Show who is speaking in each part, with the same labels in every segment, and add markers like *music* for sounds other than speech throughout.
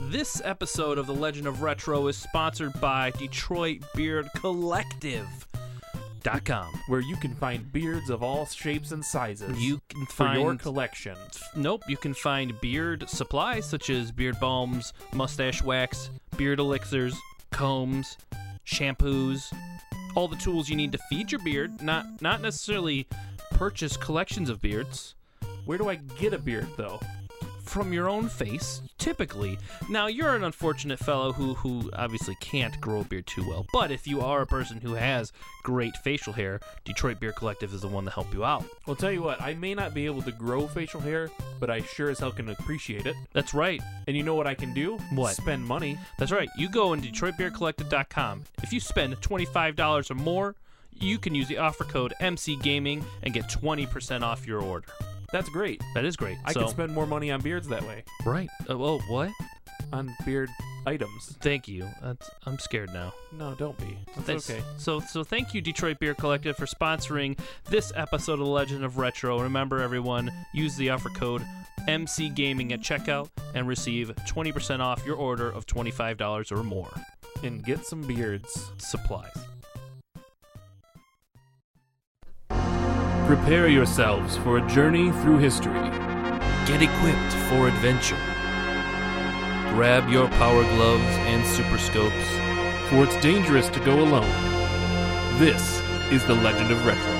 Speaker 1: This episode of The Legend of Retro is sponsored by Detroit Beard Collective.com,
Speaker 2: where you can find beards of all shapes and sizes.
Speaker 1: You can
Speaker 2: for your
Speaker 1: find
Speaker 2: collection.
Speaker 1: Nope, you can find beard supplies such as beard balms, mustache wax, beard elixirs, combs, shampoos, all the tools you need to feed your beard, not not necessarily purchase collections of beards
Speaker 2: Where do I get a beard though?
Speaker 1: from your own face typically. Now, you're an unfortunate fellow who who obviously can't grow a beard too well, but if you are a person who has great facial hair, Detroit Beard Collective is the one to help you out.
Speaker 2: Well, tell you what, I may not be able to grow facial hair, but I sure as hell can appreciate it.
Speaker 1: That's right.
Speaker 2: And you know what I can do?
Speaker 1: What?
Speaker 2: Spend money.
Speaker 1: That's right. You go on DetroitBeerCollective.com. If you spend $25 or more, you can use the offer code MCGaming and get 20% off your order.
Speaker 2: That's great.
Speaker 1: That is great.
Speaker 2: I
Speaker 1: so,
Speaker 2: can spend more money on beards that way.
Speaker 1: Right. Oh, well, what?
Speaker 2: On beard items.
Speaker 1: Thank you. That's, I'm scared now.
Speaker 2: No, don't be. That's
Speaker 1: That's-
Speaker 2: okay.
Speaker 1: So, so thank you, Detroit Beer Collective, for sponsoring this episode of The Legend of Retro. Remember, everyone, use the offer code MCGaming at checkout and receive 20% off your order of $25 or more.
Speaker 2: And get some beards.
Speaker 1: Supplies.
Speaker 2: Prepare yourselves for a journey through history.
Speaker 1: Get equipped for adventure. Grab your power gloves and super scopes.
Speaker 2: For it's dangerous to go alone. This is the Legend of Retro.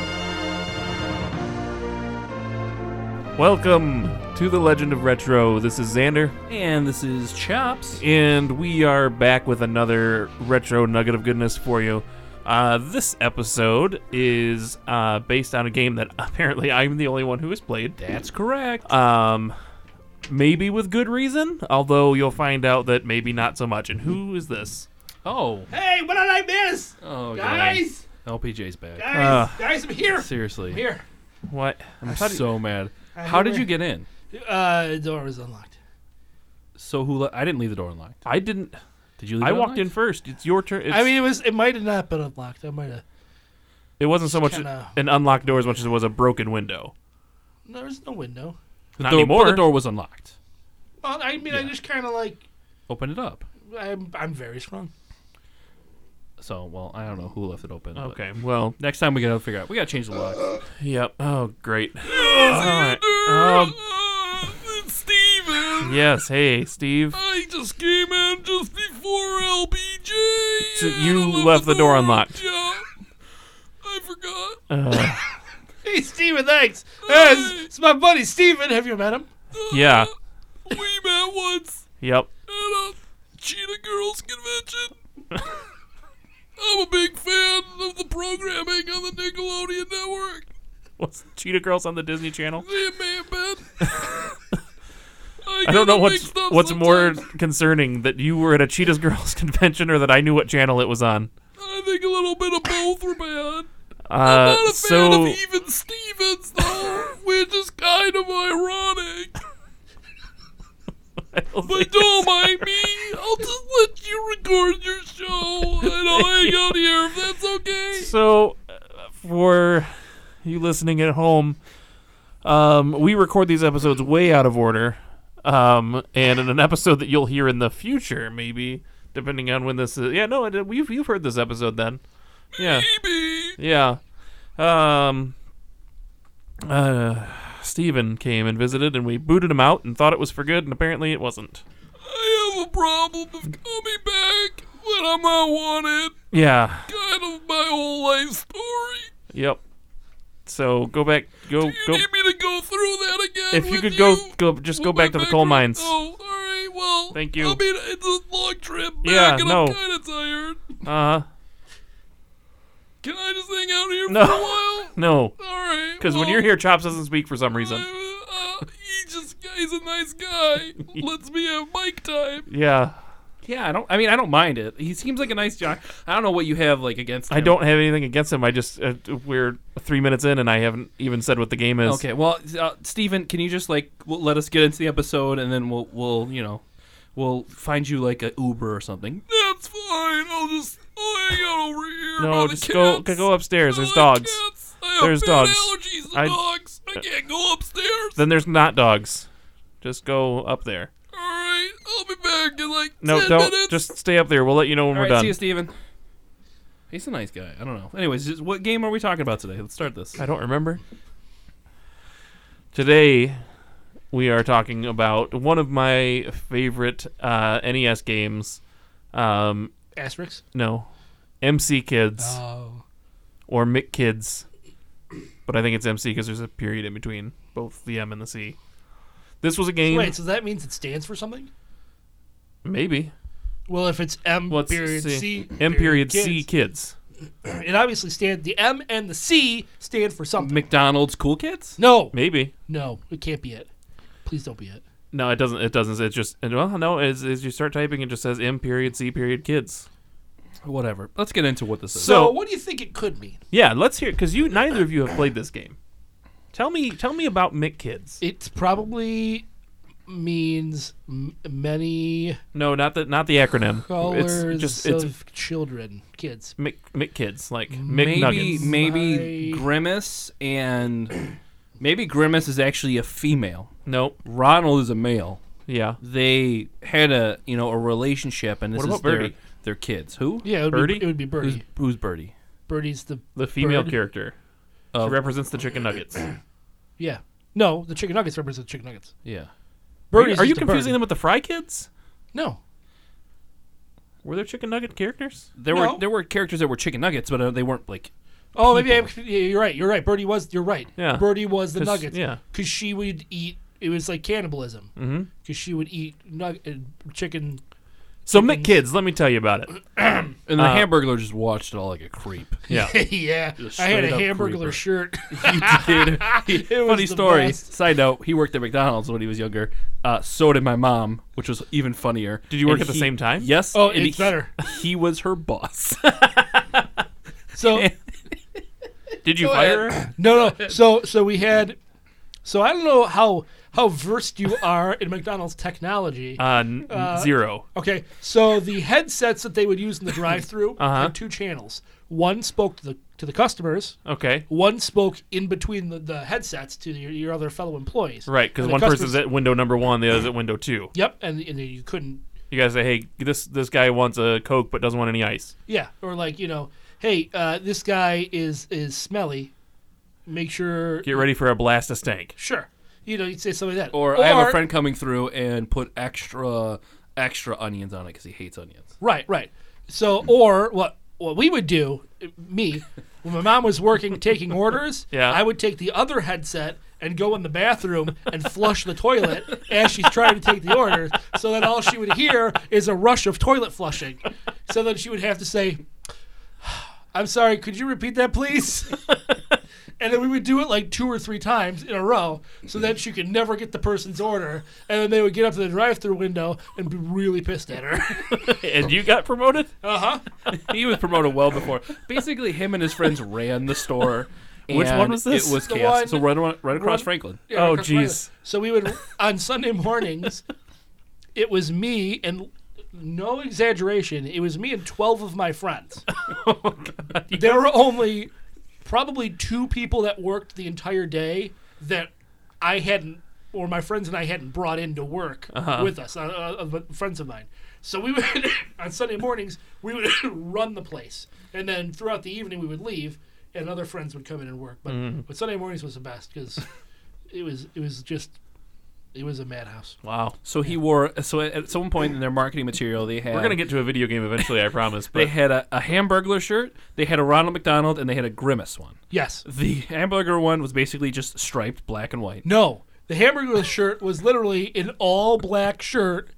Speaker 2: Welcome to the Legend of Retro. This is Xander,
Speaker 1: And this is Chops.
Speaker 2: and we are back with another retro nugget of goodness for you. Uh, this episode is uh, based on a game that *laughs* apparently I'm the only one who has played.
Speaker 1: That's correct.
Speaker 2: Um, maybe with good reason, although you'll find out that maybe not so much. And who is this?
Speaker 1: Oh.
Speaker 3: Hey, what did I miss?
Speaker 1: Oh,
Speaker 3: Guys,
Speaker 1: God. LPJ's back.
Speaker 3: guys,
Speaker 2: Ugh.
Speaker 3: guys, I'm here.
Speaker 1: Seriously.
Speaker 3: I'm here.
Speaker 2: What?
Speaker 1: I'm so mad.
Speaker 3: I
Speaker 1: How did
Speaker 3: remember-
Speaker 1: you get in?
Speaker 3: Uh, the door was unlocked.
Speaker 1: So who? Le- I didn't leave the door unlocked.
Speaker 2: I didn't.
Speaker 1: Did you? leave
Speaker 2: I
Speaker 1: it
Speaker 2: walked in
Speaker 1: unlocked?
Speaker 2: first. It's your turn. It's,
Speaker 3: I mean, it was. It might have not been unlocked. I might have.
Speaker 2: it wasn't so much
Speaker 3: kinda-
Speaker 2: an unlocked door as much as it was a broken window.
Speaker 3: There was no window.
Speaker 1: The
Speaker 2: Not
Speaker 1: door,
Speaker 2: anymore.
Speaker 1: The door was unlocked.
Speaker 3: Well, I mean, I
Speaker 1: Yeah.
Speaker 3: just kind of like.
Speaker 1: Open it up.
Speaker 3: I'm. I'm very strong.
Speaker 1: So well, I don't know who left it open. but-
Speaker 2: Okay. Well.
Speaker 1: Next time we gotta figure out. We gotta change the lock.
Speaker 2: Yep. Oh,
Speaker 1: *gasps*
Speaker 2: great. All right.
Speaker 1: Um,
Speaker 2: Oh,
Speaker 1: Steven!
Speaker 2: yes. Hey, Steve.
Speaker 1: I just came in just before LBJ.
Speaker 2: So you left the door unlocked.
Speaker 1: I forgot.
Speaker 2: Uh,
Speaker 3: Hey, Steven, thanks. Hey, it's, it's my buddy Steven. Have you met him?
Speaker 2: yeah. *laughs*
Speaker 1: We met once
Speaker 2: Yep.
Speaker 1: at a Cheetah Girls convention.
Speaker 2: *laughs*
Speaker 1: I'm a big fan of the programming on the Nickelodeon network.
Speaker 2: What's Cheetah Girls on the Disney Channel?
Speaker 1: It may have been.
Speaker 2: *laughs* I don't know what's what's more concerning that you were at a Cheetah Girls *laughs* convention or that I knew what channel it was on.
Speaker 1: I think a little bit of both were bad.
Speaker 2: Uh,
Speaker 1: Not a fan
Speaker 2: so
Speaker 1: of even Stevens, though, which is kind of ironic.
Speaker 2: I don't
Speaker 1: But
Speaker 2: think-
Speaker 1: don't mind me. I'll just let you record your show, and I'll hang out here if that's okay.
Speaker 2: So, uh, for you listening at home, um, we record these episodes way out of order. Um, and in an episode that you'll hear in the future, maybe, depending on when this is. Yeah, no, it, we've, you've heard this episode then. Yeah,
Speaker 1: Maybe.
Speaker 2: yeah. Um, uh, Steven came and visited, and we booted him out and thought it was for good, and apparently it wasn't.
Speaker 1: I have a problem of coming back when I'm not wanted.
Speaker 2: Yeah,
Speaker 1: Kind of my whole life story.
Speaker 2: yep. So go back, go,
Speaker 1: You
Speaker 2: go.
Speaker 1: need me to go through that again?
Speaker 2: If you
Speaker 1: with
Speaker 2: could go, go, just go
Speaker 1: With my
Speaker 2: back to the coal
Speaker 1: background?
Speaker 2: mines.
Speaker 1: Oh, all right. Well,
Speaker 2: Thank you.
Speaker 1: I mean, it's a long trip back,
Speaker 2: Yeah,
Speaker 1: and
Speaker 2: no.
Speaker 1: I'm kind of tired.
Speaker 2: Uh huh.
Speaker 1: Can I just hang out here
Speaker 2: No.
Speaker 1: for a while?
Speaker 2: No,
Speaker 1: All right.
Speaker 2: *laughs* because when
Speaker 1: well,
Speaker 2: you're here, Chops doesn't speak for some
Speaker 1: I-
Speaker 2: reason.
Speaker 1: uh, he just he's a nice
Speaker 2: *laughs*
Speaker 1: guy. Let's be have mic time.
Speaker 2: Yeah,
Speaker 1: Yeah, I don't. I mean, I don't mind it. He seems like a nice guy. I don't know what you have like against.
Speaker 2: I don't have anything against him. I just uh, we're three minutes in, and I haven't even said what the game is.
Speaker 1: Okay, well, uh, Steven, can you just like w let us get into the episode and then we'll we'll you know we'll find you like a Uber or something. That's fine. I'll just I'll hang out over here.
Speaker 2: No, just go go go upstairs. There's dogs. There's dogs.
Speaker 1: Allergies to
Speaker 2: I-
Speaker 1: dogs. I can't go upstairs.
Speaker 2: Then there's not dogs. Just go up there.
Speaker 1: All right, I'll be back. beard in like
Speaker 2: No,
Speaker 1: 10
Speaker 2: don't.
Speaker 1: minutes.
Speaker 2: Just stay up there. We'll let you know when
Speaker 1: All
Speaker 2: we're
Speaker 1: right,
Speaker 2: done.
Speaker 1: see you, Steven. He's a nice guy. I don't know. Anyways, just, what game are we talking about today? Let's start this.
Speaker 2: I don't remember. Today, we are talking about one of my favorite uh, NES games. Um,
Speaker 3: Asterix.
Speaker 2: no, MC Kids
Speaker 3: Oh.
Speaker 2: or Mick Kids, but I think it's MC because there's a period in between both the M and the C. This was a game,
Speaker 3: Wait, so that means it stands for something?
Speaker 2: maybe
Speaker 3: Well, if it's M
Speaker 2: What's
Speaker 3: period
Speaker 2: C?
Speaker 3: C,
Speaker 2: M period
Speaker 3: kids,
Speaker 2: C Kids.
Speaker 3: it obviously stand the M and the C stand for something.
Speaker 1: McDonald's Cool Kids?
Speaker 3: no,
Speaker 2: Maybe
Speaker 3: no, it can't be it. Please don't be it.
Speaker 2: no, it doesn't. It doesn't. It's just well, no. As, as you start typing, it just says M period C period Kids.
Speaker 1: Whatever. Let's get into what this is.
Speaker 2: So-
Speaker 3: So, what do you think it could mean?
Speaker 2: Yeah, let's hear because you neither of you have played this game. Tell me, tell me about Mick Kids.
Speaker 3: It probably means m- many
Speaker 2: No, not the not the acronym.
Speaker 3: colors
Speaker 2: it's just
Speaker 3: of
Speaker 2: it's
Speaker 3: children, kids.
Speaker 2: Mick, Mick Kids, like Mick
Speaker 1: maybe
Speaker 2: Nuggets.
Speaker 1: maybe
Speaker 3: My-
Speaker 1: Grimace and maybe Grimace is actually a female.
Speaker 2: Nope.
Speaker 1: Ronald is a male.
Speaker 2: Yeah.
Speaker 1: They had a you know a relationship, and this
Speaker 2: What
Speaker 1: is
Speaker 2: about
Speaker 1: their,
Speaker 2: Birdie?
Speaker 1: their kids. Who?
Speaker 3: Yeah, it would
Speaker 2: Birdie?
Speaker 3: be it would be
Speaker 1: Who's,
Speaker 3: Birdie.
Speaker 1: who's Birdie?
Speaker 3: Birdie's the
Speaker 2: The female
Speaker 3: Bird.
Speaker 2: character.
Speaker 1: Oh.
Speaker 2: She represents the chicken nuggets.
Speaker 3: yeah. No, the chicken nuggets represent chicken nuggets.
Speaker 1: Yeah.
Speaker 2: Are you,
Speaker 3: Birdie's
Speaker 2: are you
Speaker 3: just a
Speaker 2: confusing
Speaker 3: bird.
Speaker 2: them with the Fry Kids?
Speaker 3: No,
Speaker 2: Were there chicken nugget characters?
Speaker 1: There
Speaker 3: No.
Speaker 1: were there were characters that were chicken nuggets, but uh, they weren't like
Speaker 3: Oh, maybe I'm, yeah, you're right. You're right. Birdie was. You're right.
Speaker 2: Yeah.
Speaker 3: Birdie was the
Speaker 2: 'Cause-
Speaker 3: nuggets.
Speaker 2: yeah.
Speaker 3: Because she would eat. It was like cannibalism. Because she would eat nug- uh, chicken. *laughs*
Speaker 2: So Mick Kids, let me tell you about it.
Speaker 1: And the
Speaker 2: Uh,
Speaker 1: Hamburglar just watched it all like a creep.
Speaker 2: Yeah.
Speaker 3: yeah. I had a
Speaker 1: straight up
Speaker 3: hamburger
Speaker 1: creeper.
Speaker 3: shirt. *laughs*
Speaker 1: Funny
Speaker 3: the
Speaker 1: story.
Speaker 3: best.
Speaker 1: Side note: He worked at McDonald's when he was younger. Uh, so did my mom, which was even funnier.
Speaker 2: Did you work
Speaker 1: And
Speaker 2: at the
Speaker 1: he-
Speaker 2: same time?
Speaker 1: Yes.
Speaker 3: Oh,
Speaker 1: and
Speaker 3: it's
Speaker 1: he- *laughs*
Speaker 3: *laughs* better.
Speaker 1: He was her boss.
Speaker 3: So
Speaker 2: Did you fire her?
Speaker 3: no, no. So so we had. So I don't know how how versed you are in McDonald's technology.
Speaker 2: Uh, n- zero.
Speaker 3: Okay, so the headsets that they would use in
Speaker 1: *laughs*
Speaker 3: the drive-through
Speaker 2: Uh-huh.
Speaker 3: had two channels. One spoke to the to the customers,
Speaker 2: Okay.
Speaker 3: one spoke in between the, the headsets to your, your other fellow employees.
Speaker 2: Right, because
Speaker 3: And the
Speaker 2: one person's
Speaker 3: customers-
Speaker 2: at window number one, the other's at window two.
Speaker 3: Yep, and, and then you couldn't.
Speaker 2: You guys say, hey, this this guy wants a Coke but doesn't want any ice.
Speaker 3: Yeah, or like you know, hey, uh, this guy is is smelly. Make sure.
Speaker 2: Get ready for a blast of stank.
Speaker 3: Sure, you know, you'd say something like
Speaker 1: *laughs*
Speaker 3: that.
Speaker 1: or, I have a friend coming through and put extra extra onions on it because he hates onions.
Speaker 3: Right, right. So, or what what we would do, me, when my mom was working taking orders,
Speaker 2: Yeah.
Speaker 3: I would take the other headset and go in the bathroom and flush the toilet as she's trying to take the orders, so that all she would hear is a rush of toilet flushing. So then she would have to say, *sighs* "I'm sorry, could you repeat that, please?" *laughs* And then we would do it like two or three times in a row, so that she could never get the person's order. And then they would get up to the drive-through window and be really pissed at her. *laughs*
Speaker 2: and you got promoted?
Speaker 1: He was promoted well before. Basically, him and his friends ran the store.
Speaker 2: Which one
Speaker 1: and
Speaker 2: was this?
Speaker 1: It was
Speaker 3: The
Speaker 1: chaos.
Speaker 3: one-
Speaker 1: so right, right across
Speaker 3: one-
Speaker 1: Franklin.
Speaker 3: Yeah,
Speaker 2: Oh,
Speaker 3: across the road.
Speaker 2: jeez.
Speaker 3: So we would on Sunday mornings. It was me and no exaggeration. It was me and twelve of
Speaker 2: *laughs*
Speaker 3: my friends.
Speaker 2: Oh,
Speaker 3: there were only probably two people that worked the entire day that I hadn't, or my friends and I hadn't brought into work
Speaker 2: Uh-huh.
Speaker 3: with us, uh, uh, uh, friends of mine. So we would *laughs* on Sunday mornings we would *laughs* run the place, and then throughout the evening we would leave, and other friends would come in and work. But
Speaker 2: Mm.
Speaker 3: but Sunday mornings was the best because it was it was just it was a madhouse.
Speaker 2: Wow.
Speaker 1: So he wore. So at, at some point in their marketing material, they had
Speaker 2: We're gonna get to a video game eventually, I promise.
Speaker 1: they
Speaker 3: *laughs*
Speaker 2: But
Speaker 1: had a, a Hamburglar shirt, they had a Ronald McDonald, and they had a Grimace one.
Speaker 3: Yes.
Speaker 1: The hamburger one was basically just striped black and white.
Speaker 3: No. The hamburger shirt was literally an all black shirt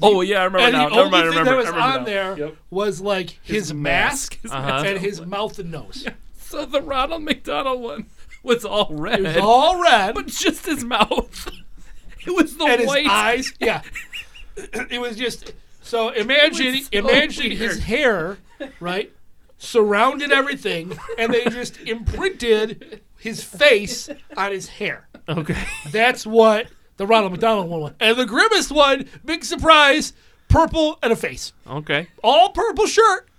Speaker 1: Oh yeah, I remember
Speaker 3: and
Speaker 1: now.
Speaker 3: the
Speaker 1: Never
Speaker 3: only
Speaker 1: mind, I
Speaker 3: thing
Speaker 1: remember.
Speaker 3: that was
Speaker 1: I remember
Speaker 3: on
Speaker 1: now.
Speaker 3: there was like his, mask,
Speaker 1: *laughs* mask. Uh-huh. His
Speaker 3: and his mouth and
Speaker 1: *laughs*
Speaker 3: nose.
Speaker 1: So the Ronald McDonald one was all red,
Speaker 3: It was
Speaker 1: *laughs*
Speaker 3: all red,
Speaker 1: but just his mouth. *laughs* It was the
Speaker 3: and his
Speaker 1: white. *laughs*
Speaker 3: eyes. Yeah, it was just so. Imagine,
Speaker 1: It was so
Speaker 3: imagine
Speaker 1: weird.
Speaker 3: his hair, right, surrounded everything, and they just imprinted his face on his hair.
Speaker 2: okay.
Speaker 3: That's what the Ronald McDonald one was, and the grimmest one. Big surprise, purple and a face,
Speaker 2: Okay.
Speaker 3: all purple shirt,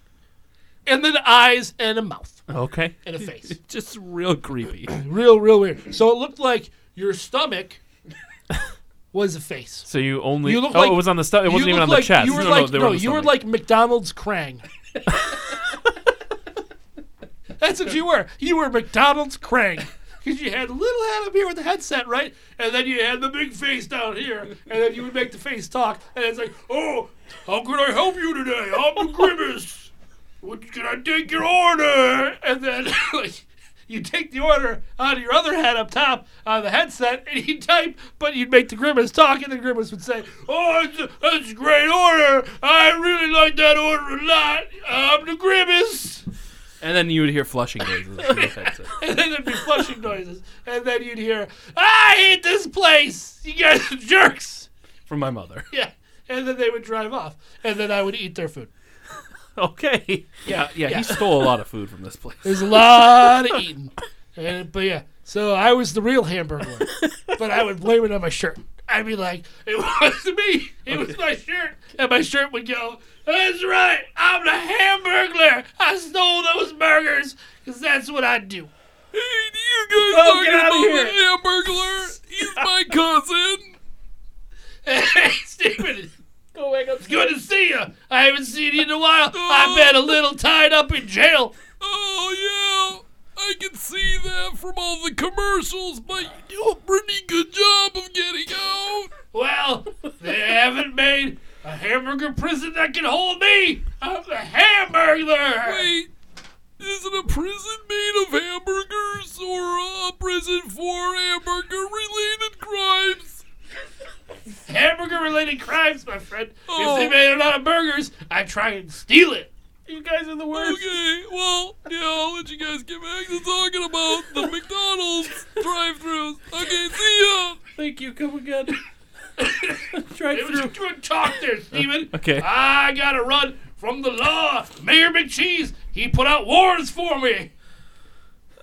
Speaker 3: and then eyes and a mouth
Speaker 2: Okay.
Speaker 3: and a face.
Speaker 1: Just real creepy.
Speaker 3: Real, real weird. So it looked like your stomach was a face.
Speaker 2: So you only.
Speaker 3: You look
Speaker 2: oh,
Speaker 3: like-
Speaker 2: it was on the stomach. It
Speaker 3: You
Speaker 2: wasn't even
Speaker 3: look
Speaker 2: on
Speaker 3: like-
Speaker 2: the chest.
Speaker 3: You were
Speaker 2: no, no,
Speaker 3: like
Speaker 2: they
Speaker 3: no,
Speaker 2: were on the
Speaker 3: you were
Speaker 2: stomach.
Speaker 3: like
Speaker 2: *laughs*
Speaker 3: McDonald's Krang. That's what you were. You were McDonald's Krang. Because you had a little head up here with the headset, right? And then you had the big face down here. And then you would make the face talk. And it's like, oh, how can I help you today? I'm the grimace. What, can I take your order? And then, *laughs* like, you take the order out of your other head up top on the headset, and you type, but you'd make the grimace talk, and the grimace would say, "Oh, it's a, that's a great order. I really like that order a lot. I'm the grimace." *laughs*
Speaker 4: And then you would hear flushing noises. through the headset.
Speaker 3: And then there'd be flushing noises, and then you'd hear, "I hate this place. You guys are jerks."
Speaker 4: *laughs*
Speaker 3: *laughs*
Speaker 4: From my mother.
Speaker 3: Yeah, and then they would drive off, and then I would eat their food.
Speaker 2: Okay.
Speaker 3: Yeah,
Speaker 4: Yeah, he stole a lot of food from this *laughs* place.
Speaker 3: There's a lot of eating. And, but yeah, so I was the real hamburger. but I would blame it on my shirt. I'd be like, it was me. It was my shirt. And my shirt would go, that's right. I'm the hamburger. I stole those burgers because that's what I do. *laughs*
Speaker 4: you
Speaker 3: guys Oh, get talking outta about here.
Speaker 4: Hamburglar?
Speaker 2: *laughs*
Speaker 4: He's my cousin.
Speaker 3: Hey, Stephen. It's good to see you. I haven't seen you in a while. I've been a little tied up in jail.
Speaker 4: Oh yeah, I can see that from all the commercials. But you do a pretty good job of getting out.
Speaker 3: Well, they haven't made a hamburger prison that can hold me. I'm the hamburger.
Speaker 4: Wait, isn't a prison made of hamburgers or a prison for hamburger-related crimes?
Speaker 3: hamburger related crimes, my friend.
Speaker 4: Oh.
Speaker 3: If they made a lot of burgers, I try and steal it.
Speaker 2: You guys are the worst.
Speaker 4: Okay, well, yeah, I'll let you guys get back to talking about
Speaker 2: *laughs*
Speaker 4: the McDonald's drive-thrus. Okay, see ya.
Speaker 2: Thank you. Come
Speaker 3: *laughs*
Speaker 2: again. Try
Speaker 3: It was good talk there,
Speaker 2: *laughs*
Speaker 3: Steven.
Speaker 2: Okay.
Speaker 3: I gotta run from the law. Mayor McCheese, he put out warrants for *laughs* me.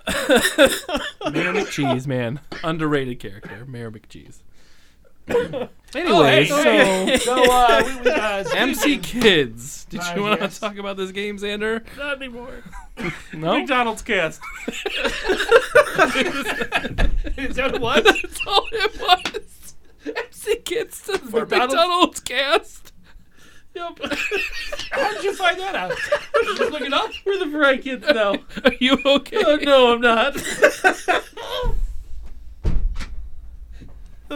Speaker 4: Mayor McCheese, man, underrated character,
Speaker 1: *coughs*
Speaker 4: Mayor McCheese.
Speaker 3: hey,
Speaker 1: Oh,
Speaker 4: Anyways,
Speaker 1: *laughs*
Speaker 3: hey.
Speaker 4: so
Speaker 3: So uh, we, we uh,
Speaker 4: MC Kids, did
Speaker 3: Uh,
Speaker 4: you want
Speaker 3: yes.
Speaker 4: to talk about this game, Xander?
Speaker 3: not anymore.
Speaker 4: No,
Speaker 2: McDonald's cast.
Speaker 3: Is that what? it was?
Speaker 4: that's all it was. MC Kids to the
Speaker 3: McDonald's?
Speaker 4: McDonald's cast.
Speaker 3: Yep. How did you find that out? Did you look it up?
Speaker 2: We're the fry kids now.
Speaker 4: Are you okay?
Speaker 2: *laughs* Oh no, I'm
Speaker 4: *laughs*
Speaker 2: not. this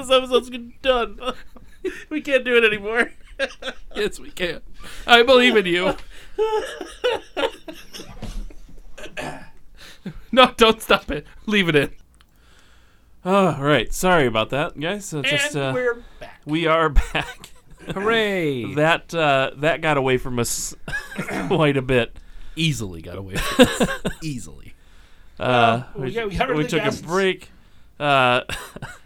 Speaker 2: episode's done. *laughs* we can't do it anymore.
Speaker 4: *laughs* Yes, we can. I believe in
Speaker 2: *laughs*
Speaker 4: you. no, don't stop it. Leave it in.
Speaker 2: *laughs* All right. Sorry about that, guys. So just
Speaker 3: *laughs* and
Speaker 2: uh,
Speaker 3: we're back.
Speaker 2: we are back.
Speaker 4: Hooray! That
Speaker 2: That uh, that got away from us *coughs* quite a bit.
Speaker 4: *laughs* easily got away. From this.
Speaker 2: *laughs*
Speaker 4: easily.
Speaker 2: Uh,
Speaker 3: we got- we got rid of the
Speaker 2: took
Speaker 3: guests.
Speaker 2: a break. Uh, *laughs*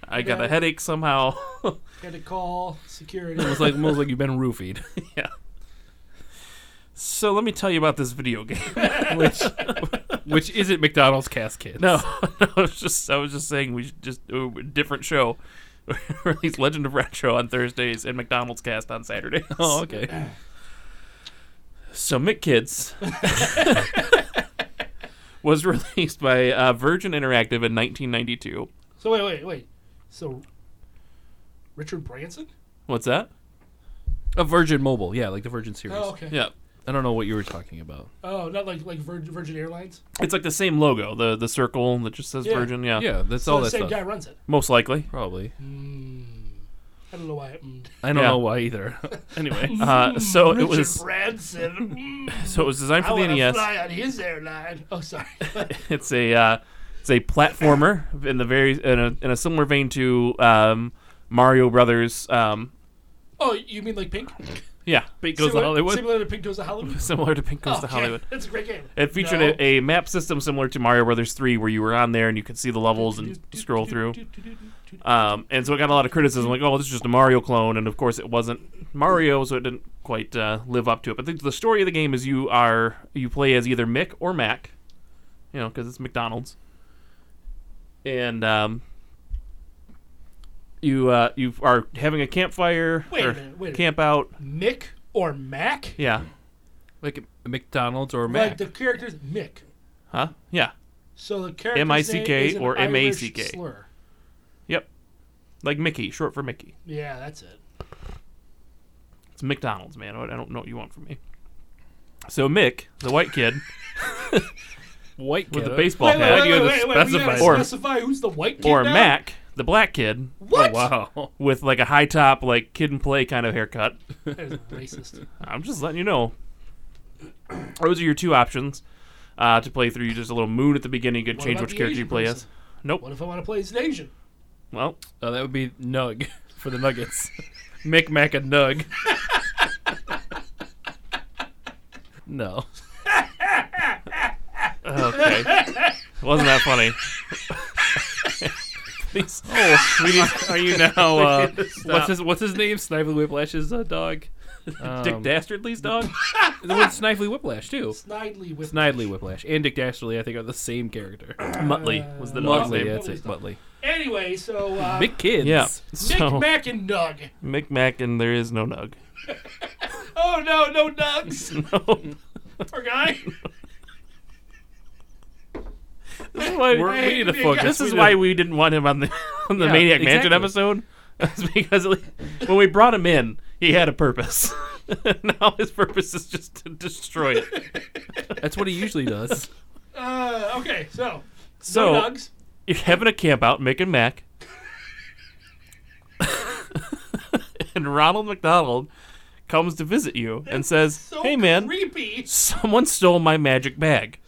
Speaker 2: I got
Speaker 3: Yeah.
Speaker 2: a headache somehow. *laughs*
Speaker 3: Had to call security.
Speaker 4: It's like almost like you've been
Speaker 2: *laughs*
Speaker 4: roofied.
Speaker 2: yeah. So let me tell you about this video game. *laughs*
Speaker 4: which which isn't McDonald's cast kids.
Speaker 2: No, *laughs* I was just I was just saying we should just do a different show. *laughs* Release Legend of Retro on Thursdays and McDonald's Cast on Saturdays.
Speaker 4: Oh, okay.
Speaker 2: So McKids *laughs* was released by uh, Virgin Interactive in 1992.
Speaker 3: So wait, wait, wait. So Richard Branson?
Speaker 2: What's that?
Speaker 4: A Virgin Mobile, yeah, like the Virgin series.
Speaker 3: Oh, okay.
Speaker 2: Yeah,
Speaker 4: I don't know what you were talking about.
Speaker 3: Oh, not like like Virgin, Virgin Airlines.
Speaker 2: it's like the same logo, the the circle that just says
Speaker 3: Yeah.
Speaker 2: Virgin. Yeah,
Speaker 4: Yeah, that's
Speaker 3: So
Speaker 4: all
Speaker 3: the
Speaker 4: that
Speaker 3: same
Speaker 4: stuff.
Speaker 3: guy runs it. Hmm.
Speaker 2: most likely.
Speaker 4: Probably.
Speaker 3: I don't know why. It, mm.
Speaker 4: I don't
Speaker 2: Yeah.
Speaker 4: know
Speaker 1: *laughs*
Speaker 2: *laughs*
Speaker 4: why either. anyway,
Speaker 2: Uh, so
Speaker 3: Hmm, Richard
Speaker 2: it was *laughs*
Speaker 3: Branson. Mm,
Speaker 2: so it was designed
Speaker 3: I
Speaker 2: for the E
Speaker 3: want to
Speaker 2: NES.
Speaker 3: fly on his airline. Oh, sorry. *laughs*
Speaker 2: It's a uh, it's a platformer in the very in a, in a similar vein to um, Mario Brothers. Um,
Speaker 3: oh, you mean like Pink?
Speaker 2: yeah, Pink Goes to
Speaker 3: Similar-
Speaker 2: Hollywood.
Speaker 3: Similar to Pink Goes to
Speaker 2: *laughs*
Speaker 3: Hollywood.
Speaker 2: Similar to Pink Goes
Speaker 3: Oh,
Speaker 2: to
Speaker 3: okay.
Speaker 2: Hollywood.
Speaker 3: That's a great game.
Speaker 2: It featured
Speaker 3: No.
Speaker 2: a, a map system similar to Mario Brothers 3, where you were on there and you could see the levels and scroll through. Um, and so it got a lot of criticism, like, "Oh, this is just a Mario clone," and of course it wasn't Mario, so it didn't quite uh, live up to it. But the, the story of the game is you are you play as either Mick or Mac, you know, because it's McDonald's, and um, you uh, you are having a campfire
Speaker 3: Wait a
Speaker 2: or
Speaker 3: minute, wait a
Speaker 2: camp out,
Speaker 3: Mick or Mac?
Speaker 2: yeah,
Speaker 4: like McDonald's or Mac.
Speaker 3: Like the character's Mick.
Speaker 2: huh, yeah,
Speaker 3: So the character
Speaker 2: M I C K or M A C K.
Speaker 3: Slur.
Speaker 2: yep. Like Mickey, short for Mickey.
Speaker 3: Yeah, that's it.
Speaker 2: It's McDonald's, man. I I don't know what you want from me. So Mick, the
Speaker 1: *laughs*
Speaker 2: white kid
Speaker 1: White
Speaker 2: with the
Speaker 1: kid.
Speaker 2: baseball hat,
Speaker 1: wait, wait, wait,
Speaker 3: We
Speaker 2: specify
Speaker 3: gotta
Speaker 2: it. Or-
Speaker 3: specify who's the white kid
Speaker 2: or
Speaker 3: now?
Speaker 2: Mac, the black kid Oh,
Speaker 3: What?
Speaker 1: Wow.
Speaker 2: *laughs* with like a high top, like kid and play kind of haircut.
Speaker 3: That is racist.
Speaker 2: I'm just letting you know. Those are your two options uh, to play through. Just a little moon at the beginning. You can
Speaker 3: What
Speaker 2: change
Speaker 3: about
Speaker 2: which
Speaker 3: the
Speaker 2: character
Speaker 3: Asian
Speaker 2: you play
Speaker 3: person?
Speaker 2: as. Nope.
Speaker 3: What if I want to play as an Asian?
Speaker 2: Well,
Speaker 1: Oh, that would be Nug *laughs* for the Nuggets. Mick Mac and Nug. *laughs* no.
Speaker 2: okay. Wasn't that
Speaker 3: *laughs*
Speaker 2: funny? *laughs* Please. Oh, we need, are you
Speaker 3: *laughs*
Speaker 2: now? Uh,
Speaker 1: *laughs* What's his What's his name? Snively Whiplash's uh, dog. Um,
Speaker 2: *laughs* Dick Dastardly's
Speaker 1: *laughs*
Speaker 2: dog?
Speaker 1: The one Snively Whiplash too.
Speaker 3: Snidely with
Speaker 1: Snidely Whiplash and Dick Dastardly, I think, are the same character.
Speaker 2: Muttley was the dog's
Speaker 1: Muttley,
Speaker 2: name.
Speaker 1: that's it. Muttley.
Speaker 3: Anyway, so uh,
Speaker 1: Big kids.
Speaker 2: Yeah.
Speaker 3: Nick
Speaker 2: So
Speaker 3: Mac and Nug.
Speaker 2: Mick Mac and there is no nug. *laughs*
Speaker 3: Oh no, no Nugs. Mm-hmm.
Speaker 2: No.
Speaker 3: Poor guy. *laughs*
Speaker 2: This *laughs* is why
Speaker 1: We're-
Speaker 3: we need to focus.
Speaker 2: This
Speaker 1: We
Speaker 2: is
Speaker 1: do.
Speaker 2: why we didn't want him on the on the
Speaker 1: Yeah,
Speaker 2: Maniac Mansion
Speaker 1: exactly.
Speaker 2: episode. *laughs* It's because at least- when we brought him in, he had a purpose. *laughs* now his purpose is just to destroy
Speaker 3: *laughs*
Speaker 2: it.
Speaker 1: That's what he usually does.
Speaker 3: Uh, okay, so
Speaker 2: So
Speaker 3: no Nugs.
Speaker 2: you're having a camp out, Mick and
Speaker 3: *laughs*
Speaker 2: Mac. and Ronald McDonald comes to visit you and says,
Speaker 3: So
Speaker 2: Hey man,
Speaker 3: creepy.
Speaker 2: someone stole my magic
Speaker 3: *laughs*
Speaker 2: bag.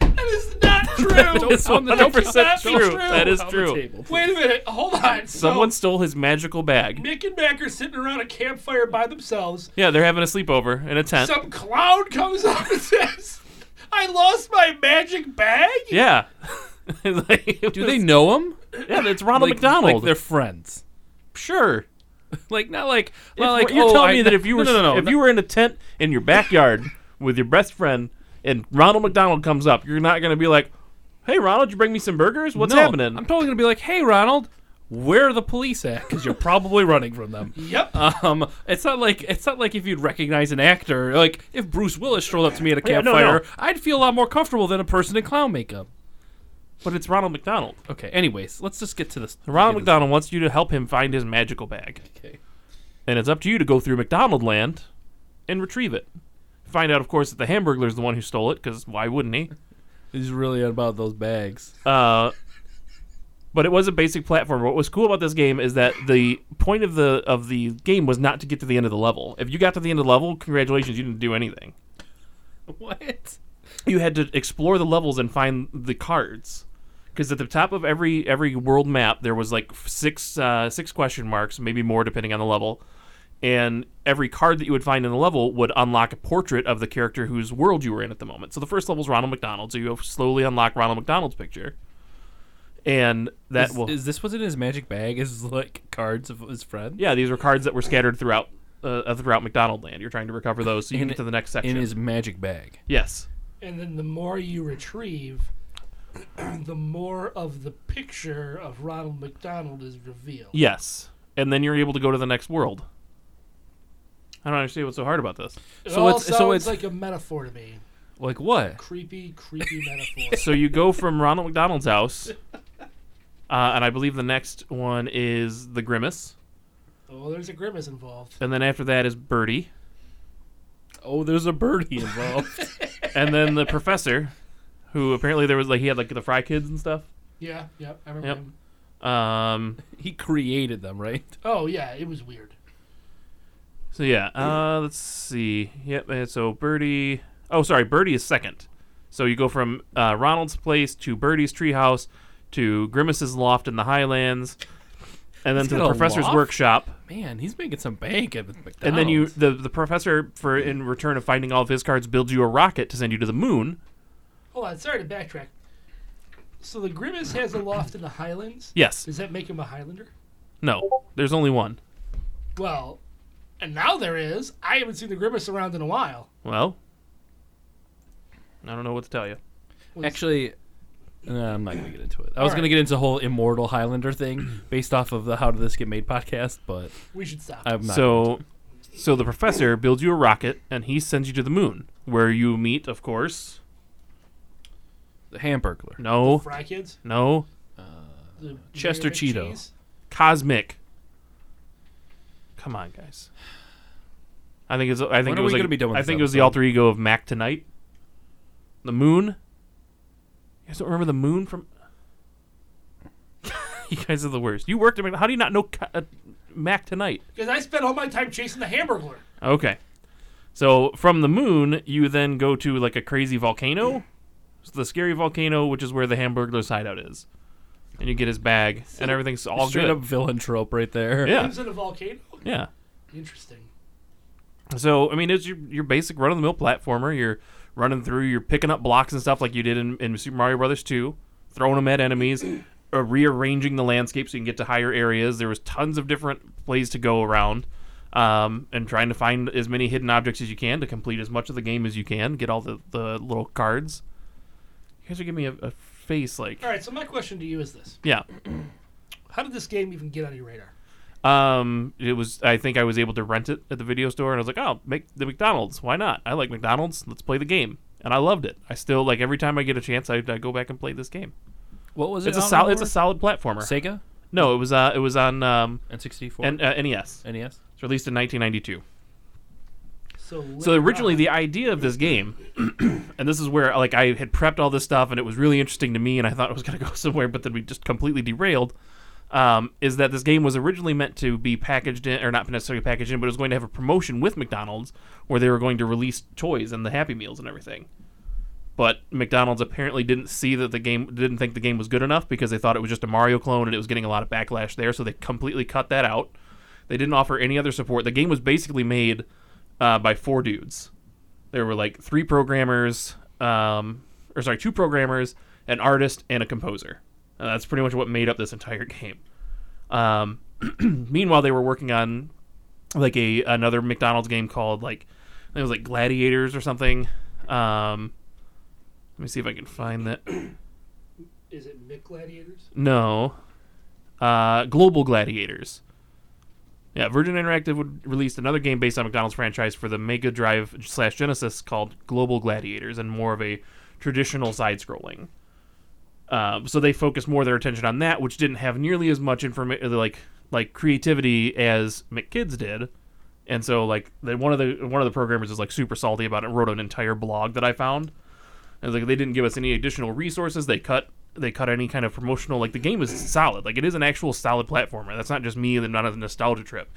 Speaker 3: That is not true.
Speaker 2: It's
Speaker 1: pound the table.
Speaker 2: 100%
Speaker 3: Don't
Speaker 2: true.
Speaker 3: pound the
Speaker 2: That is
Speaker 1: On the
Speaker 2: true.
Speaker 1: table.
Speaker 3: Wait a minute. Hold on.
Speaker 2: Someone
Speaker 3: Someone. So,
Speaker 2: stole his magical bag.
Speaker 3: Mick and Mac are sitting around a campfire by themselves.
Speaker 2: Yeah, they're having a sleepover in a tent.
Speaker 3: Some clown comes *laughs* up and says, "I lost my magic bag."
Speaker 2: Yeah. *laughs* It's like- *laughs*
Speaker 1: Do they know him?
Speaker 2: Yeah, it's Ronald McDonald.
Speaker 1: Like they're friends.
Speaker 2: sure.
Speaker 1: Like not like
Speaker 2: If-
Speaker 1: not like
Speaker 2: you're
Speaker 1: oh,
Speaker 2: telling
Speaker 1: I-
Speaker 2: me that if you
Speaker 1: *laughs*
Speaker 2: were
Speaker 1: no, no, no,
Speaker 2: if you were in a tent in your backyard *laughs* with your best friend and Ronald McDonald comes up, you're not going to be like, "Hey, Ronald, you bring me some burgers? What's
Speaker 1: No,
Speaker 2: happening?"
Speaker 1: I'm totally gonna be like, hey Ronald, where are the police at? Because you're probably running from them.
Speaker 3: Yep.
Speaker 1: Um, it's not like it's not like if you'd recognize an actor. Like if Bruce Willis strolled up to me at a
Speaker 2: Oh, Yeah, no,
Speaker 1: campfire,
Speaker 2: no.
Speaker 1: I'd feel a lot more comfortable than a person in clown makeup.
Speaker 2: but it's Ronald McDonald.
Speaker 1: Okay. Anyways, let's just get to this.
Speaker 2: Ronald
Speaker 1: get
Speaker 2: McDonald wants you to help him find his magical bag,
Speaker 1: to this- Okay.
Speaker 2: and it's up to you to go through McDonald Land and retrieve it. Find out, of course, that the Hamburglar's the one who stole it, because why wouldn't he?
Speaker 1: He's really about those bags. *laughs*
Speaker 2: Uh, but it was a basic platform. What was cool about this game is that the point of the of the game was not to get to the end of the level. If you got to the end of the level, congratulations, you didn't do anything.
Speaker 1: What?
Speaker 2: You had to explore the levels and find the cards. Because at the top of every every world map, there was like six uh, six question marks, maybe more depending on the level, and every card that you would find in the level would unlock a portrait of the character whose world you were in at the moment. So the first level is Ronald McDonald, so you slowly unlock Ronald McDonald's picture, and that
Speaker 1: Is,
Speaker 2: will
Speaker 1: is this what's in his magic bag? Is like cards of his friend?
Speaker 2: Yeah, these were cards that were scattered throughout uh, throughout McDonald Land. You're trying to recover those so you
Speaker 1: In-
Speaker 2: can get to the next section.
Speaker 1: In his magic bag.
Speaker 2: yes.
Speaker 3: And then the more you retrieve, *clears throat* the more of the picture of Ronald McDonald is revealed.
Speaker 2: Yes. And then you're able to go to the next world. I don't understand what's so hard about this.
Speaker 3: It
Speaker 1: So
Speaker 3: all
Speaker 1: it's- so
Speaker 3: sounds
Speaker 1: it's-
Speaker 3: like a metaphor to me.
Speaker 1: Like what?
Speaker 3: Creepy, creepy
Speaker 2: *laughs*
Speaker 3: metaphor.
Speaker 2: So you go from Ronald McDonald's house, uh, and I believe the next one is the Grimace,
Speaker 3: Oh, there's a grimace involved.
Speaker 2: and then after that is Birdie,
Speaker 1: Oh, there's a birdie *laughs*
Speaker 2: *laughs*
Speaker 1: involved.
Speaker 2: and then the Professor, who apparently there was like he had like the Fry Kids and stuff.
Speaker 3: Yeah, yeah, I remember
Speaker 2: Yep.
Speaker 3: him.
Speaker 2: Um,
Speaker 1: he created them, right?
Speaker 3: Oh, yeah, it was weird.
Speaker 2: So yeah, uh, let's see. Yep. uh, So Birdie. Oh, sorry, Birdie is second. So you go from uh, Ronald's place to Birdie's treehouse to Grimace's loft in the Highlands, and then
Speaker 1: He's
Speaker 2: to the
Speaker 1: got a
Speaker 2: professor's
Speaker 1: loft? Oh.
Speaker 2: workshop.
Speaker 1: Man, he's making some bank at McDonald's.
Speaker 2: And then you, the the professor, for in return of finding all of his cards, builds you a rocket to send you to the moon.
Speaker 3: Hold on, sorry to backtrack. So the grimace has a loft in the Highlands.
Speaker 2: Yes.
Speaker 3: Does that make him a Highlander?
Speaker 2: No. There's only one.
Speaker 3: Well, and now there is. I haven't seen the grimace around in a while.
Speaker 2: Well, I don't know what to tell you.
Speaker 3: Was-
Speaker 1: Actually, no, I'm not gonna get into it. I was
Speaker 3: All
Speaker 1: gonna
Speaker 3: right.
Speaker 1: get into the whole immortal Highlander thing *clears throat* based off of the How Did This Get Made podcast, but
Speaker 3: we should stop.
Speaker 1: I'm not.
Speaker 2: so so the professor builds you a rocket and he sends you to the moon where you meet of course
Speaker 1: the Hamburglar.
Speaker 2: no
Speaker 3: Fry kids.
Speaker 2: no
Speaker 3: the
Speaker 4: Chester
Speaker 3: bearded
Speaker 4: Cheeto.
Speaker 3: cheese?
Speaker 2: Cosmic. Come on, guys. I think it's. I think
Speaker 4: When
Speaker 2: it
Speaker 4: are
Speaker 2: was.
Speaker 4: we
Speaker 2: like-
Speaker 4: gonna be done with
Speaker 2: I
Speaker 4: this
Speaker 2: think it was the alter ego of Mac tonight. The moon. You guys don't remember the moon from? *laughs* you guys are the worst. You worked at Mc- How do you not know Co- uh, Mac tonight?
Speaker 3: Because I spent all my time chasing the Hamburglar.
Speaker 2: Okay. So from the moon, you then go to like a crazy volcano, It's the scary volcano, which is where the Hamburglar's hideout is, and you get his bag, and everything's all
Speaker 1: Straight
Speaker 2: good.
Speaker 1: up villain trope right there.
Speaker 2: Yeah.
Speaker 3: Lives in a volcano.
Speaker 2: Yeah.
Speaker 3: Interesting.
Speaker 2: So I mean, it's your your basic run of the mill platformer. You're running through, you're picking up blocks and stuff like you did in, in Super Mario Brothers 2, throwing them at enemies, uh, rearranging the landscape so you can get to higher areas. There was tons of different ways to go around, um, and trying to find as many hidden objects as you can to complete as much of the game as you can. Get all the, the little cards. You guys are giving me a, a face like
Speaker 3: All right, so my question to you is this:
Speaker 2: yeah.
Speaker 3: How did this game even get on your radar?
Speaker 2: Um, it was. I think I was able to rent it at the video store, and I was like, "Oh, make the McDonald's. Why not? I like McDonald's. Let's play the game." And I loved it. I still like every time I get a chance, I, I go back and play this game.
Speaker 1: What was it?
Speaker 2: It's a
Speaker 1: on
Speaker 2: solid. It's
Speaker 1: for?
Speaker 2: a solid platformer.
Speaker 1: Sega
Speaker 2: no, it was. Uh, it was on um,
Speaker 1: and 64
Speaker 2: N- uh, NES.
Speaker 1: NES.
Speaker 2: It's released in 1992.
Speaker 3: So,
Speaker 2: So
Speaker 3: later
Speaker 2: originally,
Speaker 3: on-
Speaker 2: the idea of this game, *clears throat* and this is where like I had prepped all this stuff, and it was really interesting to me, and I thought it was going to go *laughs* somewhere, but then we just completely derailed. Um, is that this game was originally meant to be packaged in, or not necessarily packaged in, but it was going to have a promotion with McDonald's where they were going to release toys and the Happy Meals and everything. But McDonald's apparently didn't see that the game didn't think the game was good enough because they thought it was just a Mario clone and it was getting a lot of backlash there, so they completely cut that out. They didn't offer any other support. The game was basically made uh, by four dudes. There were like three programmers, um, or sorry, two programmers, an artist, and a composer. Uh, that's pretty much what made up this entire *laughs* game. Um, *clears throat* meanwhile, they were working on like a another McDonald's game called like I think it was like Gladiators or something. Um, let me see if I can find that.
Speaker 3: is it Mick Gladiators?
Speaker 2: No. Uh, Global Gladiators. Yeah, Virgin Interactive would released another game based on McDonald's franchise for the Mega Drive slash Genesis called Global Gladiators, and more of a traditional side-scrolling. Um, so they focused more of their attention on that, which didn't have nearly as much information, like like creativity, as McKids did. And so, like, the, one of the one of the programmers is like super salty about it. and Wrote an entire blog that I found. And like they didn't give us any additional resources. They cut they cut any kind of promotional. Like the game is solid. Like it is an actual solid platformer. That's not just me. and not a nostalgia trip.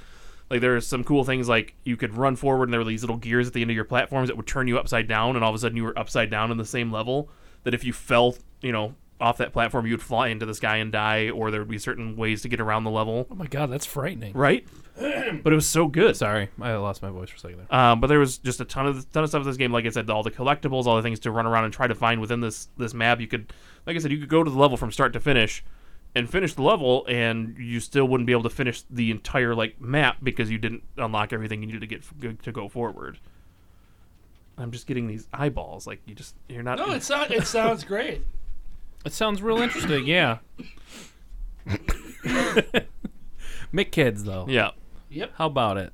Speaker 2: Like there are some cool things like you could run forward and there were these little gears at the end of your platforms that would turn you upside down and all of a sudden you were upside down in the same level. That if you fell, you know, off that platform, you would fly into the sky and die, or there would be certain ways to get around the level.
Speaker 1: Oh my god, that's frightening.
Speaker 2: Right? but it was so good.
Speaker 1: Sorry, I lost my voice for a second there.
Speaker 2: Um, but there was just a ton of ton of stuff in this game. Like I said, all the collectibles, all the things to run around and try to find within this this map. You could, like I said, you could go to the level from start to finish, and finish the level, and you still wouldn't be able to finish the entire like map because you didn't unlock everything you needed to get f- to go forward. I'm just getting these eyeballs. Like you just you're not.
Speaker 3: No, it sounds it sounds great.
Speaker 4: It sounds real interesting. Yeah.
Speaker 1: McKids though.
Speaker 2: *laughs* yeah.
Speaker 3: Yep.
Speaker 1: How about it?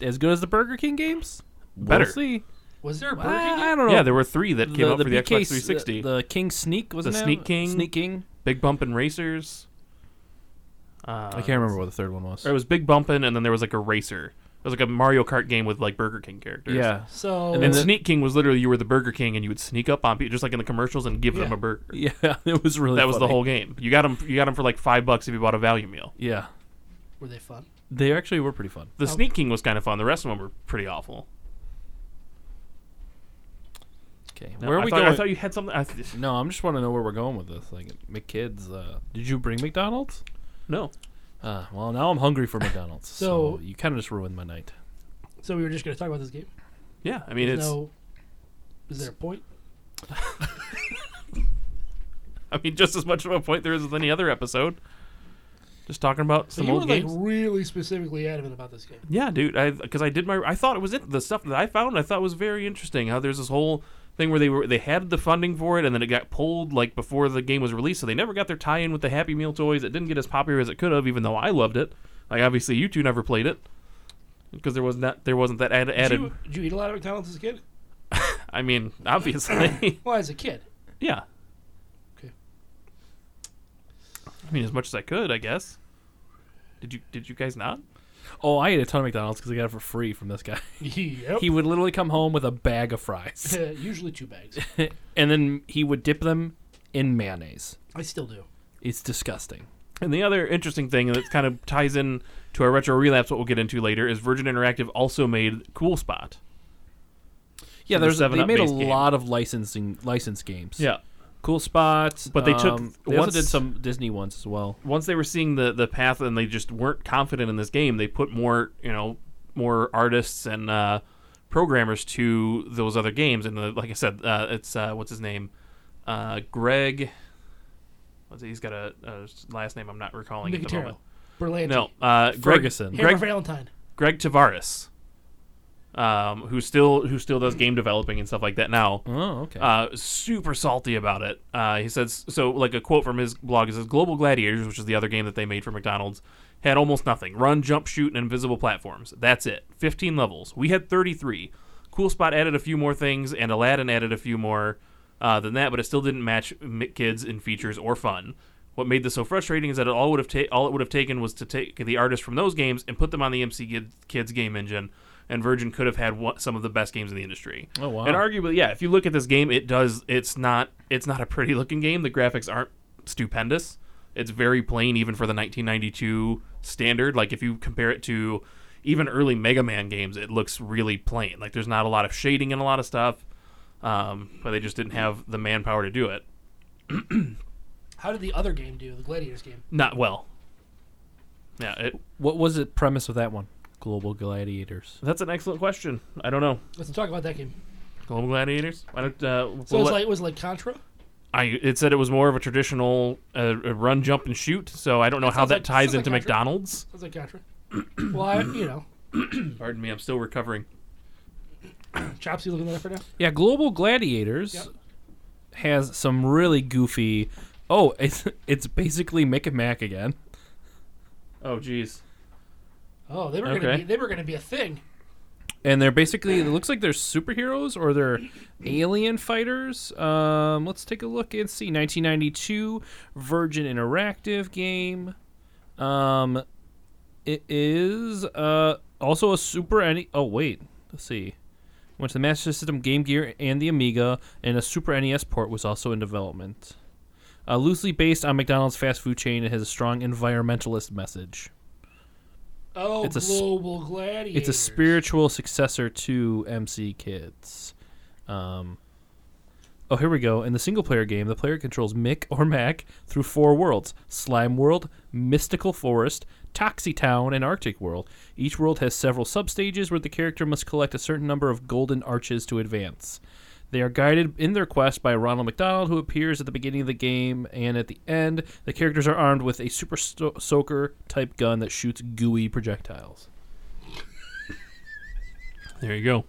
Speaker 1: As good as the Burger King games?
Speaker 2: Better.
Speaker 1: We'll see.
Speaker 3: Was there a Burger King?
Speaker 1: I, I don't know.
Speaker 2: Yeah, there were three that came out for the Xbox 360.
Speaker 1: uh, The, the King Sneak was
Speaker 2: The Sneak King.
Speaker 1: Sneak King.
Speaker 2: Big Bumpin' Racers. Uh,
Speaker 1: I can't remember what the third one was.
Speaker 2: It was Big Bumpin', and then there was like a racer. It was like a Mario Kart game with like Burger King characters.
Speaker 1: yeah. *laughs*
Speaker 3: So
Speaker 1: And
Speaker 2: And
Speaker 1: the-
Speaker 2: Sneak King was literally you were the Burger King and you would sneak up on people just like in the commercials and give them
Speaker 3: Yeah.
Speaker 2: a burger.
Speaker 1: Yeah, *laughs* it was really
Speaker 2: That was the
Speaker 1: funny.
Speaker 2: whole game. You got them. You got 'em for like five bucks if you bought a value meal.
Speaker 1: Yeah.
Speaker 3: were they fun?
Speaker 1: They actually were pretty fun.
Speaker 2: The
Speaker 3: Oh.
Speaker 2: Sneak King was kind of fun. The rest of them were pretty awful.
Speaker 1: Okay.
Speaker 2: No,
Speaker 1: where are
Speaker 2: I
Speaker 1: we
Speaker 2: thought,
Speaker 1: going?
Speaker 2: I thought you had something. I th-
Speaker 1: no, I'm just want to know where we're going with this. Like McKids, uh, did you bring McDonald's?
Speaker 2: no.
Speaker 1: Uh, well, now I'm hungry for McDonald's. so,
Speaker 3: So-
Speaker 1: you kind of just ruined my night.
Speaker 3: So we were just going to talk about this game.
Speaker 2: Yeah, I mean it's.
Speaker 3: no. Is there a point?
Speaker 2: *laughs* I mean just as much of a point there is with any other episode. Just talking about
Speaker 3: So
Speaker 2: some
Speaker 3: you were
Speaker 2: old
Speaker 3: like
Speaker 2: games.
Speaker 3: really specifically adamant about this game.
Speaker 2: Yeah, dude. I because I did my. I thought it was it. The stuff that I found, I thought was very interesting. How there's this whole thing where they were they had the funding for it, and then it got pulled like before the game was released, so they never got their tie-in with the Happy Meal toys. It didn't get as popular as it could have, even though I loved it. Like obviously, you two never played it because there was not there wasn't that add,
Speaker 3: Did
Speaker 2: added.
Speaker 3: you, did you eat a lot of McDonald's as a kid?
Speaker 2: I mean,
Speaker 3: *laughs*
Speaker 2: obviously,
Speaker 3: Well, as a kid.
Speaker 2: yeah.
Speaker 3: Okay.
Speaker 2: I mean, as much as I could, I guess. Did you Did you guys not?
Speaker 1: Oh, I ate a ton of McDonald's because I got it for free from this guy. *laughs*
Speaker 3: Yep. Uh,
Speaker 1: He would literally come home with a bag of fries,
Speaker 3: Usually
Speaker 2: *laughs*
Speaker 3: two bags.
Speaker 1: and then he would dip them in mayonnaise.
Speaker 3: I still do.
Speaker 1: It's disgusting.
Speaker 2: And the other interesting thing that kind of ties in to our retro relapse, what we'll get into later, is Virgin Interactive also made Cool Spot.
Speaker 1: Yeah,
Speaker 2: the
Speaker 1: there's a,
Speaker 2: 7
Speaker 1: they
Speaker 2: Up
Speaker 1: made a
Speaker 2: base game.
Speaker 1: lot of licensing license games.
Speaker 2: Yeah.
Speaker 1: cool spots.
Speaker 2: But they took-
Speaker 1: um, they also
Speaker 2: once-
Speaker 1: did some Disney ones as well.
Speaker 2: Once they were seeing the the path and they just weren't confident in this game, they put more you know more artists and uh, programmers to those other games. And uh, like I said, uh, it's uh, what's his name, uh, Greg. What's it? He's got a, a last name I'm not recalling at the
Speaker 3: Nicotero.
Speaker 2: moment.
Speaker 3: Berlanti.
Speaker 2: No, uh, Greg-
Speaker 1: Ferguson.
Speaker 3: Hammer
Speaker 2: Greg
Speaker 3: Valentine.
Speaker 2: Greg Tavares, um, who still who still does game developing and stuff like that now.
Speaker 1: Oh, okay.
Speaker 2: Uh, super salty about it. Uh, he says so. Like a quote from his blog is: "Global Gladiators, which is the other game that they made for McDonald's, had almost nothing: run, jump, shoot, and invisible platforms. That's it. Fifteen levels. We had thirty-three. Cool Spot added a few more things, and Aladdin added a few more uh, than that, but it still didn't match Mi- kids in features or fun. What made this so frustrating is that it all would have ta- all it would have taken was to take the artists from those games and put them on the MC Kid- Kids game engine, and Virgin could have had one- some of the best games in the industry.
Speaker 1: Oh, wow.
Speaker 2: And arguably, yeah, if you look at this game, it does. It's not. It's not a pretty looking game. The graphics aren't stupendous. It's very plain, even for the 1992 standard. Like if you compare it to even early Mega Man games, it looks really plain. Like there's not a lot of shading and a lot of stuff. Um, but they just didn't have the manpower to do it.
Speaker 3: How did the other game do? The Gladiators game.
Speaker 2: Not well. Yeah, it,
Speaker 1: what was the premise of that one? Global Gladiators.
Speaker 2: that's an excellent question. I don't know.
Speaker 3: Let's talk about that game.
Speaker 2: Global Gladiators. I don't. Uh,
Speaker 3: So
Speaker 2: we'll
Speaker 3: it's
Speaker 2: let-
Speaker 3: like it was like Contra.
Speaker 2: I it said it was more of a traditional uh, uh, run, jump, and shoot. So I don't know how
Speaker 3: sounds
Speaker 2: that
Speaker 3: like-
Speaker 2: ties
Speaker 3: sounds like
Speaker 2: into
Speaker 3: Contra.
Speaker 2: McDonald's.
Speaker 3: Sounds like
Speaker 2: *clears throat*
Speaker 3: Contra. well, I, you know,
Speaker 2: Pardon me, I'm still recovering.
Speaker 3: Chopsy looking that up right now.
Speaker 1: Yeah, Global Gladiators
Speaker 3: Yep.
Speaker 1: has some really goofy. Oh, *laughs* it's it's basically Mick and Mac again.
Speaker 2: Oh, jeez.
Speaker 3: Oh, they were
Speaker 2: Okay.
Speaker 3: gonna be, they were gonna be a thing.
Speaker 1: and they're basically it looks like they're superheroes or they're alien fighters um, let's take a look and see 1992 virgin interactive game um, it is uh, also a super any oh wait let's see went to the master system game gear and the amiga and a super nes port was also in development uh, loosely based on mcdonald's fast food chain it has a strong environmentalist message
Speaker 3: Oh,
Speaker 1: It's a sp-
Speaker 3: global gladiators.
Speaker 1: it's a spiritual successor to MC Kids. Um, oh, here we go. In the single player game, the player controls Mick or Mac through four worlds Slime World, Mystical Forest, Toxie Town, and Arctic World. Each world has several substages where the character must collect a certain number of golden arches to advance. They are guided in their quest by Ronald McDonald, who appears at the beginning of the game, and at the end, the characters are armed with a super so- soaker type gun that shoots gooey projectiles.
Speaker 2: There you go.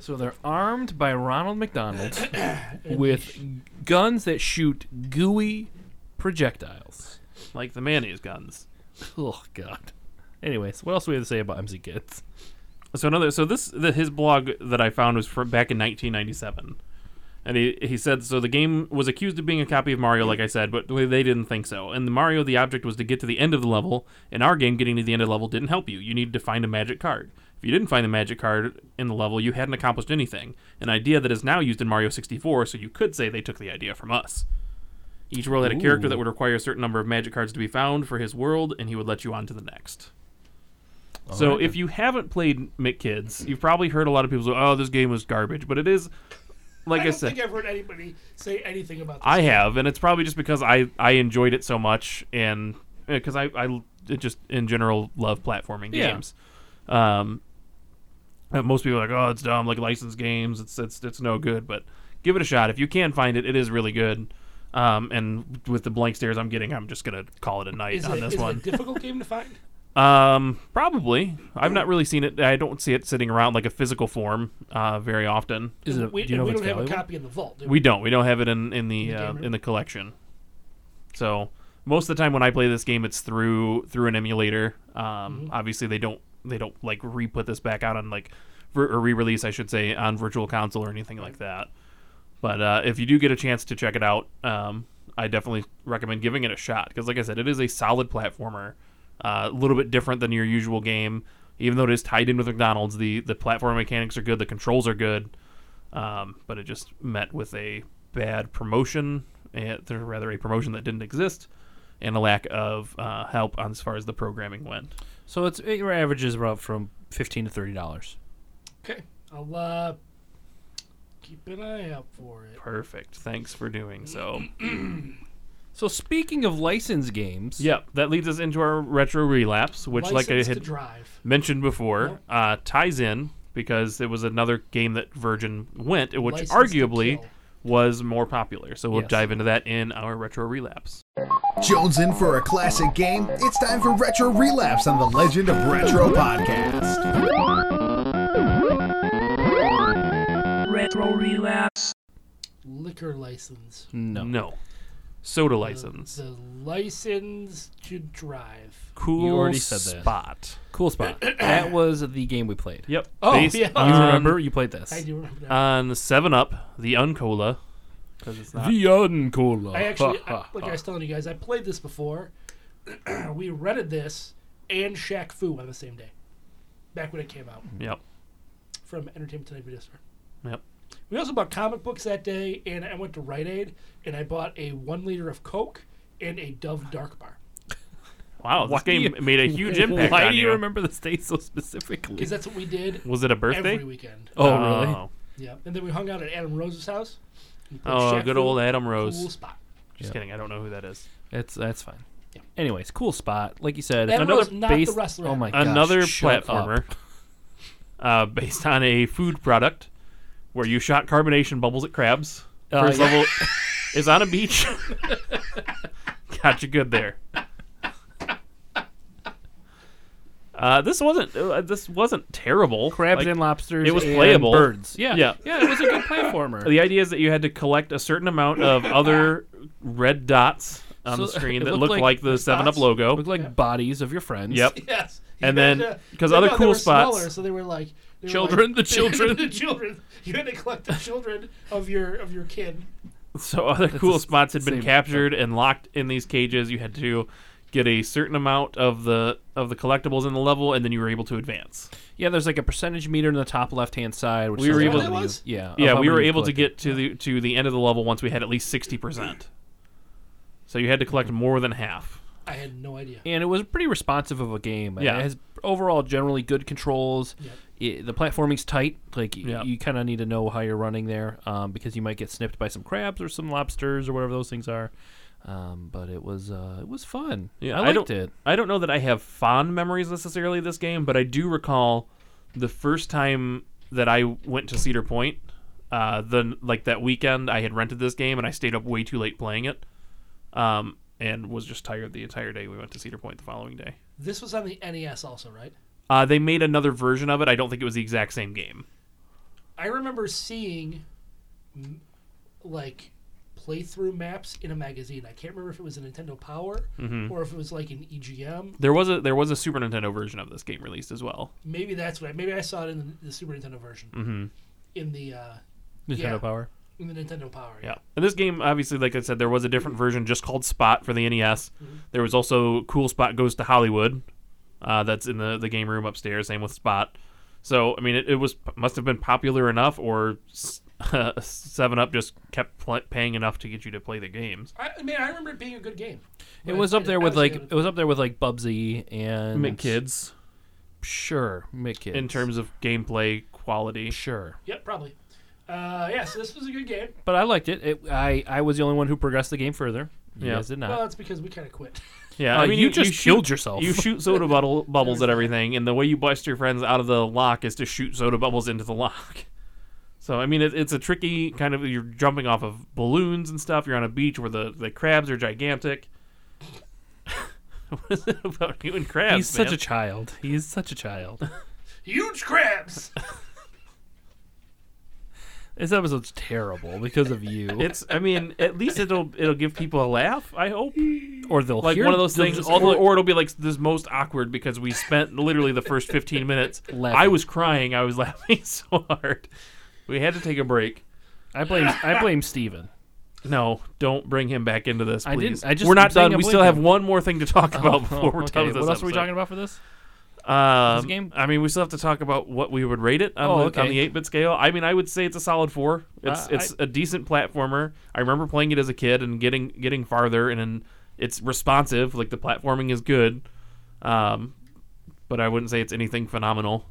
Speaker 1: So they're armed by Ronald
Speaker 3: *coughs*
Speaker 1: McDonald with guns that shoot gooey projectiles.
Speaker 2: Like the mayonnaise guns.
Speaker 1: Oh God. Anyways, what else do we have to say about MC Kids?
Speaker 2: So another. So this the, his blog that I found was from back in 1997, and he he said so the game was accused of being a copy of Mario, like I said, but they didn't think so. In the Mario, the object was to get to the end of the level. In our game, getting to the end of the level didn't help you. You needed to find a magic card. If you didn't find the magic card in the level, you hadn't accomplished anything. An idea that is now used in Mario 64, so you could say they took the idea from us. Each world had a character
Speaker 1: Ooh.
Speaker 2: that would require a certain number of magic cards to be found for his world, and he would let you on to the next. So if you haven't played McKids, you've probably heard a lot of people say, "Oh, this game was garbage," but it is, like
Speaker 3: I
Speaker 2: I,
Speaker 3: don't
Speaker 2: said,
Speaker 3: think I've heard anybody say anything about this.
Speaker 2: I have, and it's probably just because I I enjoyed it so much, and because I I it just in general love platforming
Speaker 1: Yeah.
Speaker 2: games. Um, and most people are like, "Oh, it's dumb, like licensed games. It's it's it's no good." But give it a shot if you can find it. It is really good. Um, and with the blank stares I'm getting, I'm just gonna call it a night
Speaker 3: is
Speaker 2: on
Speaker 3: it,
Speaker 2: this
Speaker 3: is
Speaker 2: one.
Speaker 3: it a difficult game to find?
Speaker 2: Um, probably. I've not really seen it. I don't see it sitting around like a physical form uh, very often.
Speaker 1: *laughs* Is it?
Speaker 3: we
Speaker 1: do you know
Speaker 3: we
Speaker 1: if it's
Speaker 3: don't have a
Speaker 1: valuable?
Speaker 3: copy in the vault. do
Speaker 2: We don't. We don't have it in in the
Speaker 3: In the
Speaker 2: uh,
Speaker 3: game room?
Speaker 2: in the collection. So most of the time when I play this game, it's through through an emulator. Um,
Speaker 3: Mm-hmm.
Speaker 2: obviously they don't they don't like re put this back out on like vir- or re release I should say on virtual console or anything like that. But uh, if you do get a chance to check it out, um, I definitely recommend giving it a shot because, like I said, it is a solid platformer. Uh, A little bit different than your usual game, even though it is tied in with McDonald's. the The platform mechanics are good, the controls are good, um, but it just met with a bad promotion, eh, or rather a promotion that didn't exist, and a lack of uh, help on as far as the programming went.
Speaker 1: So it's it averages about from fifteen to thirty dollars.
Speaker 3: Okay, I'll uh, keep an eye out for it.
Speaker 2: Perfect. Thanks for doing so.
Speaker 1: So speaking of license games,
Speaker 2: Yep, that leads us into our retro relapse, which, like I
Speaker 3: License to
Speaker 2: had
Speaker 3: drive.
Speaker 2: mentioned before, uh, ties in because it was another game that Virgin went, which
Speaker 3: License to
Speaker 2: arguably
Speaker 3: Kill.
Speaker 2: was more popular. So we'll
Speaker 1: Yes.
Speaker 2: dive into that in our retro relapse.
Speaker 5: Jones in for a classic game. It's time for Retro Relapse on the Legend of Retro podcast.
Speaker 6: Retro Relapse.
Speaker 3: Liquor license.
Speaker 1: Hmm.
Speaker 2: No, soda
Speaker 3: Uh,
Speaker 2: license,
Speaker 3: The license to drive.
Speaker 2: cool
Speaker 1: already said that.
Speaker 2: spot.
Speaker 1: cool spot. *coughs* Um, that was the game we played.
Speaker 2: Yep.
Speaker 3: Oh,
Speaker 2: Based
Speaker 3: yeah. You
Speaker 1: You
Speaker 2: on,
Speaker 1: remember you played this?
Speaker 3: I do remember
Speaker 1: Ah,
Speaker 3: that.
Speaker 2: on Seven Up, the Uncola, because it's not.
Speaker 1: Uncola.
Speaker 3: I
Speaker 1: *laughs*
Speaker 3: actually, I, like I was telling you guys, I played this before. *clears throat* we rented this and Shaq Fu on the same day, back when it came out
Speaker 1: Hmm.
Speaker 2: yep.
Speaker 3: from Entertainment Tonight Video Store.
Speaker 2: Yep.
Speaker 3: We also bought comic books that day, and I went to Rite Aid and I bought a one liter of Coke and a Dove Dark Bar
Speaker 2: Wow, this
Speaker 1: Why do
Speaker 2: game
Speaker 1: you- *laughs*
Speaker 2: made a huge impact
Speaker 1: Why
Speaker 2: on
Speaker 1: do you
Speaker 2: you.
Speaker 1: remember the state so specifically?
Speaker 3: because that's what we
Speaker 2: *laughs*
Speaker 3: did
Speaker 2: Was it a birthday?
Speaker 3: every weekend.
Speaker 1: oh, really?
Speaker 3: Yeah, and then we hung out at Adam Rose's house. and played
Speaker 2: Oh,
Speaker 3: Shaq
Speaker 2: good
Speaker 3: Fu.
Speaker 2: old Adam Rose.
Speaker 3: Cool spot. *laughs*
Speaker 2: Just kidding. I don't know who that is.
Speaker 1: That's that's fine.
Speaker 3: Yeah.
Speaker 1: Anyways, cool spot. Like you said,
Speaker 3: Adam
Speaker 1: another
Speaker 3: Rose, not the
Speaker 1: base.
Speaker 3: wrestler.
Speaker 1: Oh my gosh,
Speaker 2: Another
Speaker 1: shut
Speaker 2: platformer
Speaker 1: up.
Speaker 2: *laughs* uh, based on a food product where you shot carbonation bubbles at crabs.
Speaker 1: Uh,
Speaker 2: First
Speaker 1: yeah.
Speaker 2: level is on a beach. *laughs* Got you good there. Uh, this wasn't uh, this wasn't terrible.
Speaker 1: Crabs
Speaker 2: Like,
Speaker 1: and lobsters.
Speaker 2: it was
Speaker 1: and
Speaker 2: playable.
Speaker 1: Birds. Yeah.
Speaker 2: Yeah.
Speaker 1: Yeah. It was a good platformer.
Speaker 2: the idea is that you had to collect a certain
Speaker 1: *laughs*
Speaker 2: amount of other red dots on
Speaker 1: So-
Speaker 2: the screen
Speaker 1: it
Speaker 2: that
Speaker 1: looked
Speaker 2: looked like,
Speaker 1: like
Speaker 2: *laughs* the Seven Up
Speaker 3: dots.
Speaker 2: logo.
Speaker 1: Looked like bodies of your friends.
Speaker 2: Yep.
Speaker 3: Yes.
Speaker 2: And
Speaker 3: You
Speaker 2: then-
Speaker 3: had to-
Speaker 2: 'cause
Speaker 3: no,
Speaker 2: other
Speaker 3: they
Speaker 2: cool
Speaker 3: were
Speaker 2: spots-
Speaker 3: smaller, so they were like *laughs* they were
Speaker 1: Children,
Speaker 3: like-
Speaker 1: the children.
Speaker 3: the children. You had to collect the children of your of your kid.
Speaker 2: *laughs* So other cool
Speaker 1: the
Speaker 2: spots had been
Speaker 1: same-
Speaker 2: captured and locked in these cages. You had to get a certain amount of the of the collectibles in the level, and then you were able to advance.
Speaker 1: Yeah. There's like a percentage meter in the top left hand side. Which
Speaker 2: We were
Speaker 1: says how
Speaker 2: able-
Speaker 1: many
Speaker 3: That
Speaker 1: you-
Speaker 3: was?
Speaker 1: Yeah. of
Speaker 2: yeah,
Speaker 1: how
Speaker 2: we
Speaker 1: many
Speaker 2: were
Speaker 1: you
Speaker 2: able to
Speaker 1: collected.
Speaker 2: get to the to the end of the level once we had at least sixty percent. So you had to collect more than half.
Speaker 3: I had no idea.
Speaker 1: And it was pretty responsive of a game.
Speaker 2: Yeah.
Speaker 1: It has overall generally good controls. It- the platforming's tight. Like y-
Speaker 2: Yeah.
Speaker 1: you kind of need to know how you're running there, um, because you might get snipped by some crabs or some lobsters or whatever those things are. Um, but it was uh, it was fun. I liked
Speaker 2: don't,
Speaker 1: it.
Speaker 2: I don't know that I have fond memories necessarily of this game, but I do recall the first time that I went to Cedar Point. Uh, the like that weekend, I had rented this game and I stayed up way too late playing it, um, and was just tired the entire day. We went to Cedar Point the following day.
Speaker 3: This was on the NES also, right?
Speaker 2: Uh, they made another version of it. I don't think it was the exact same game.
Speaker 3: I remember seeing m- like playthrough maps in a magazine. I can't remember if it was a Nintendo Power or if it was like an E EGM.
Speaker 2: There was a there was a Super Nintendo version of this game released as well.
Speaker 3: Maybe that's what. I, maybe I saw it in the, the Super Nintendo version. Mm-hmm. In the uh,
Speaker 1: Nintendo
Speaker 3: yeah.
Speaker 1: Power.
Speaker 3: in the Nintendo Power.
Speaker 2: Yeah. And this game, obviously, like I said, there was a different version just called Spot for the NES. There was also Cool Spot Goes to Hollywood. Uh, that's in the, the game room upstairs. Same with Spot. So, I mean, it, it was must have been popular enough, or s- *laughs* 7 Up just kept pl- paying enough to get you to play the games.
Speaker 3: I, I mean, I remember it being a good game.
Speaker 1: It
Speaker 3: But
Speaker 1: was up there with
Speaker 3: obviously
Speaker 1: like
Speaker 3: it
Speaker 1: it was up there with like Bubsy and
Speaker 2: McKids,
Speaker 1: Sure, McKids.
Speaker 2: in terms of gameplay quality.
Speaker 1: sure,
Speaker 3: Yep, probably. Uh, yeah, so this was a good game.
Speaker 1: but I liked it. it. I I was the only one who progressed the game further. You
Speaker 2: Yeah.
Speaker 1: guys did not.
Speaker 3: Well, it's because we kind of quit. *laughs*
Speaker 2: Yeah,
Speaker 1: Uh,
Speaker 2: I mean,
Speaker 1: you
Speaker 2: you,
Speaker 1: just
Speaker 2: shoot-
Speaker 1: killed yourself.
Speaker 2: You shoot
Speaker 1: *laughs*
Speaker 2: soda bubble, bubbles at everything, and the way you bust your friends out of the lock is to shoot soda bubbles into the lock. *laughs* So I mean, it, it's a tricky kind of. You're jumping off of balloons and stuff. You're on a beach where the, the crabs are gigantic. *laughs* what is it about you and crabs?
Speaker 1: He's such
Speaker 2: man?
Speaker 1: a child. He is such a child.
Speaker 3: Huge crabs.
Speaker 1: this episode's terrible because of
Speaker 2: *laughs*
Speaker 1: you.
Speaker 2: It's. I mean, at least it'll it'll give people a laugh. I hope.
Speaker 1: or they'll
Speaker 2: Like
Speaker 1: hear
Speaker 2: one of those
Speaker 1: they'll
Speaker 2: things, *laughs*
Speaker 1: just-
Speaker 2: or, or it'll be like this most awkward because we spent literally the first 15 minutes.
Speaker 1: *laughs* Laughing.
Speaker 2: I was crying. I was *laughs* laughing so hard. We had to take a break. *laughs*
Speaker 1: I blame I blame Steven.
Speaker 2: No, don't bring him back into this. Please.
Speaker 1: I didn't- I just-
Speaker 2: We're not
Speaker 1: I'm saying
Speaker 2: done.
Speaker 1: I
Speaker 2: We
Speaker 1: believe
Speaker 2: still have
Speaker 1: him.
Speaker 2: one more thing to talk about before
Speaker 1: Oh,
Speaker 2: we're
Speaker 1: okay.
Speaker 2: done with this.
Speaker 1: What else are we talking about for this?
Speaker 2: about? Um,
Speaker 1: this game?
Speaker 2: I mean, we still have to talk about what we would rate it on,
Speaker 1: Oh,
Speaker 2: the, on
Speaker 1: okay.
Speaker 2: the 8-bit scale. I mean, I would say it's a solid four. It's
Speaker 1: Uh,
Speaker 2: it's a decent platformer. I remember playing it as a kid and getting getting farther, and then it's responsive. Like the platforming is good, um, but I wouldn't say it's anything phenomenal.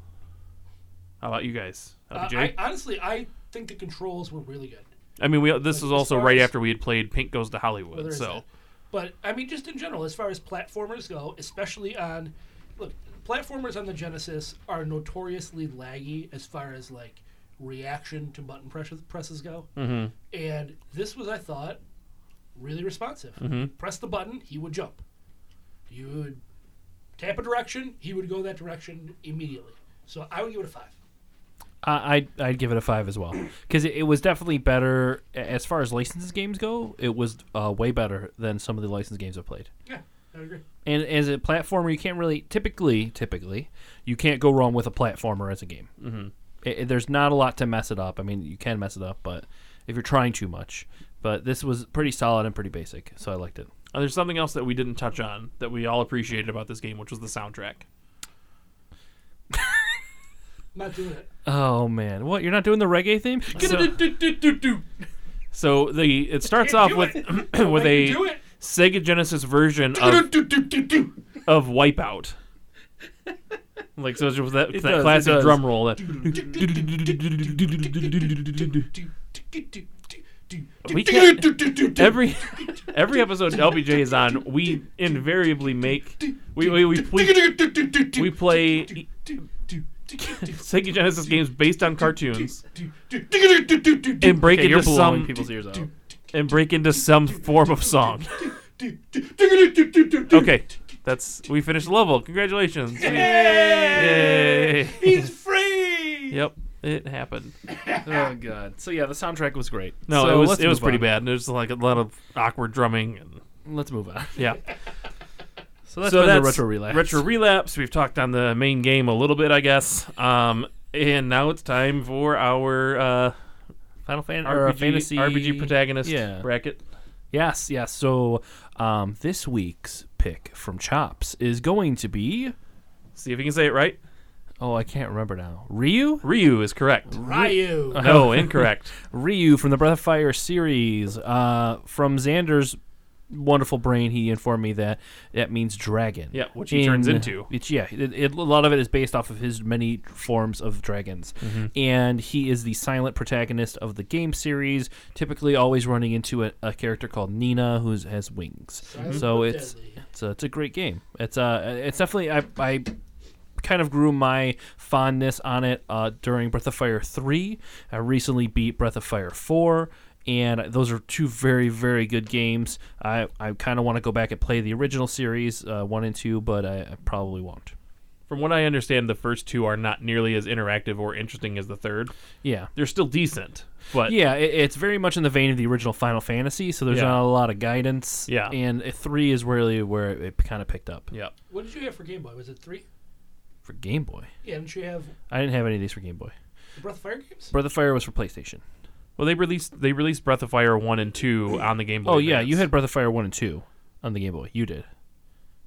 Speaker 2: How about you guys?
Speaker 3: Uh,
Speaker 2: LBJ?
Speaker 3: I, honestly, I think the controls were really good.
Speaker 2: I mean, we this was
Speaker 3: as
Speaker 2: also
Speaker 3: far
Speaker 2: right
Speaker 3: as-
Speaker 2: after we had played Pink Goes to
Speaker 3: Well, there
Speaker 2: Hollywood,
Speaker 3: is
Speaker 2: so
Speaker 3: that. But I mean, just in general, as far as platformers go, especially on, look, platformers on the Genesis are notoriously laggy as far as like reaction to button presses presses go. Mm-hmm. And this was, I thought, really responsive.
Speaker 2: Mm-hmm.
Speaker 3: Press the button, he would jump. You would tap a direction, he would go that direction immediately. So I would give it a five.
Speaker 1: I I'd, I'd give it a five as well because it, it was definitely better a- as far as licensed games go. It was uh, way better than some of the licensed games I've played.
Speaker 3: Yeah, I would agree.
Speaker 1: And as a platformer, you can't really typically typically you can't go wrong with a platformer as a game. Mm-hmm. there's not a lot to mess it up. I mean, you can mess it up, but if you're trying too much. But this was pretty solid and pretty basic, so I liked it.
Speaker 2: Uh, there's something else that we didn't touch on that we all appreciated about this game, which was the soundtrack.
Speaker 3: Not doing it.
Speaker 1: Oh man, what you're not doing the reggae theme?
Speaker 2: So the it starts
Speaker 3: Can't
Speaker 2: off
Speaker 3: do
Speaker 2: with *clears throat*
Speaker 3: it.
Speaker 2: *coughs* with
Speaker 3: Why
Speaker 2: a
Speaker 3: you do it?
Speaker 2: Sega Genesis version of of Wipeout. Like so, it's just that, that
Speaker 1: does, it
Speaker 2: classic
Speaker 1: does.
Speaker 2: drum roll. That, We
Speaker 3: can't,
Speaker 2: every every episode LBJ is on, we invariably make we we we, we, we play Sega Genesis games based on cartoons and break
Speaker 1: Okay, you're
Speaker 2: into
Speaker 1: blowing
Speaker 2: some
Speaker 1: people's ears out.
Speaker 2: and break into some form of song. Okay, that's we finished the level. Congratulations. Yay!
Speaker 3: He's free.
Speaker 2: Yep, it happened.
Speaker 1: *laughs* Oh god. So yeah, the soundtrack was great.
Speaker 2: No,
Speaker 1: So
Speaker 2: it was
Speaker 1: let's
Speaker 2: it was
Speaker 1: move
Speaker 2: pretty
Speaker 1: on.
Speaker 2: bad. There's like a lot of awkward drumming and
Speaker 1: Let's move on.
Speaker 2: yeah.
Speaker 1: *laughs* So that's
Speaker 2: so
Speaker 1: been
Speaker 2: that's
Speaker 1: the retro relapse.
Speaker 2: Retro relapse. We've talked on the main game a little bit, I guess. Um, and now it's time for our uh,
Speaker 1: Final Fan or uh,
Speaker 2: RPG,
Speaker 1: fantasy
Speaker 2: RPG protagonist
Speaker 1: Yeah.
Speaker 2: bracket.
Speaker 1: Yes, yes. So um, this week's pick from Chops is going to be
Speaker 2: See if you can say it right.
Speaker 1: oh I can't remember now. Ryu.
Speaker 2: Ryu is correct.
Speaker 3: Ryu.
Speaker 1: *laughs*
Speaker 2: No, incorrect.
Speaker 1: Ryu from the Breath of Fire series. Uh, from Xander's wonderful brain, he informed me that that means dragon.
Speaker 2: Yeah, which he turns into.
Speaker 1: It's, yeah, it, it- a lot of it is based off of his many forms of dragons,
Speaker 2: Mm-hmm.
Speaker 1: and he is the silent protagonist of the game series. Typically, always running into a, a character called Nina, who has wings. So
Speaker 3: but
Speaker 1: it's
Speaker 3: deadly.
Speaker 1: it's a, it's a great game. It's uh it's definitely I I kind of grew my fondness on it uh, during Breath of Fire 3. I recently beat Breath of Fire 4, and those are two very, very good games. I, I kind of want to go back and play the original series, uh, 1 and 2, but I, I probably won't.
Speaker 2: From what I understand, the first two are not nearly as interactive or interesting as the third.
Speaker 1: Yeah.
Speaker 2: They're still decent, but
Speaker 1: Yeah, it, it's very much in the vein of the original Final Fantasy, so there's
Speaker 2: Yeah.
Speaker 1: not a lot of guidance.
Speaker 2: Yeah.
Speaker 1: And uh, 3 is really where it, kind of picked up
Speaker 2: yeah.
Speaker 3: What did you have for Game Boy? Was it three?
Speaker 1: for Game Boy.
Speaker 3: Yeah, didn't you have
Speaker 1: I didn't have any of these for Game Boy.
Speaker 3: the Breath of Fire games?
Speaker 1: Breath of Fire was for PlayStation.
Speaker 2: Well, they released they released Breath of Fire one and two on the Game Boy.
Speaker 1: Oh yeah, you
Speaker 2: Advance.
Speaker 1: had Breath of Fire one and two on the Game Boy. You did.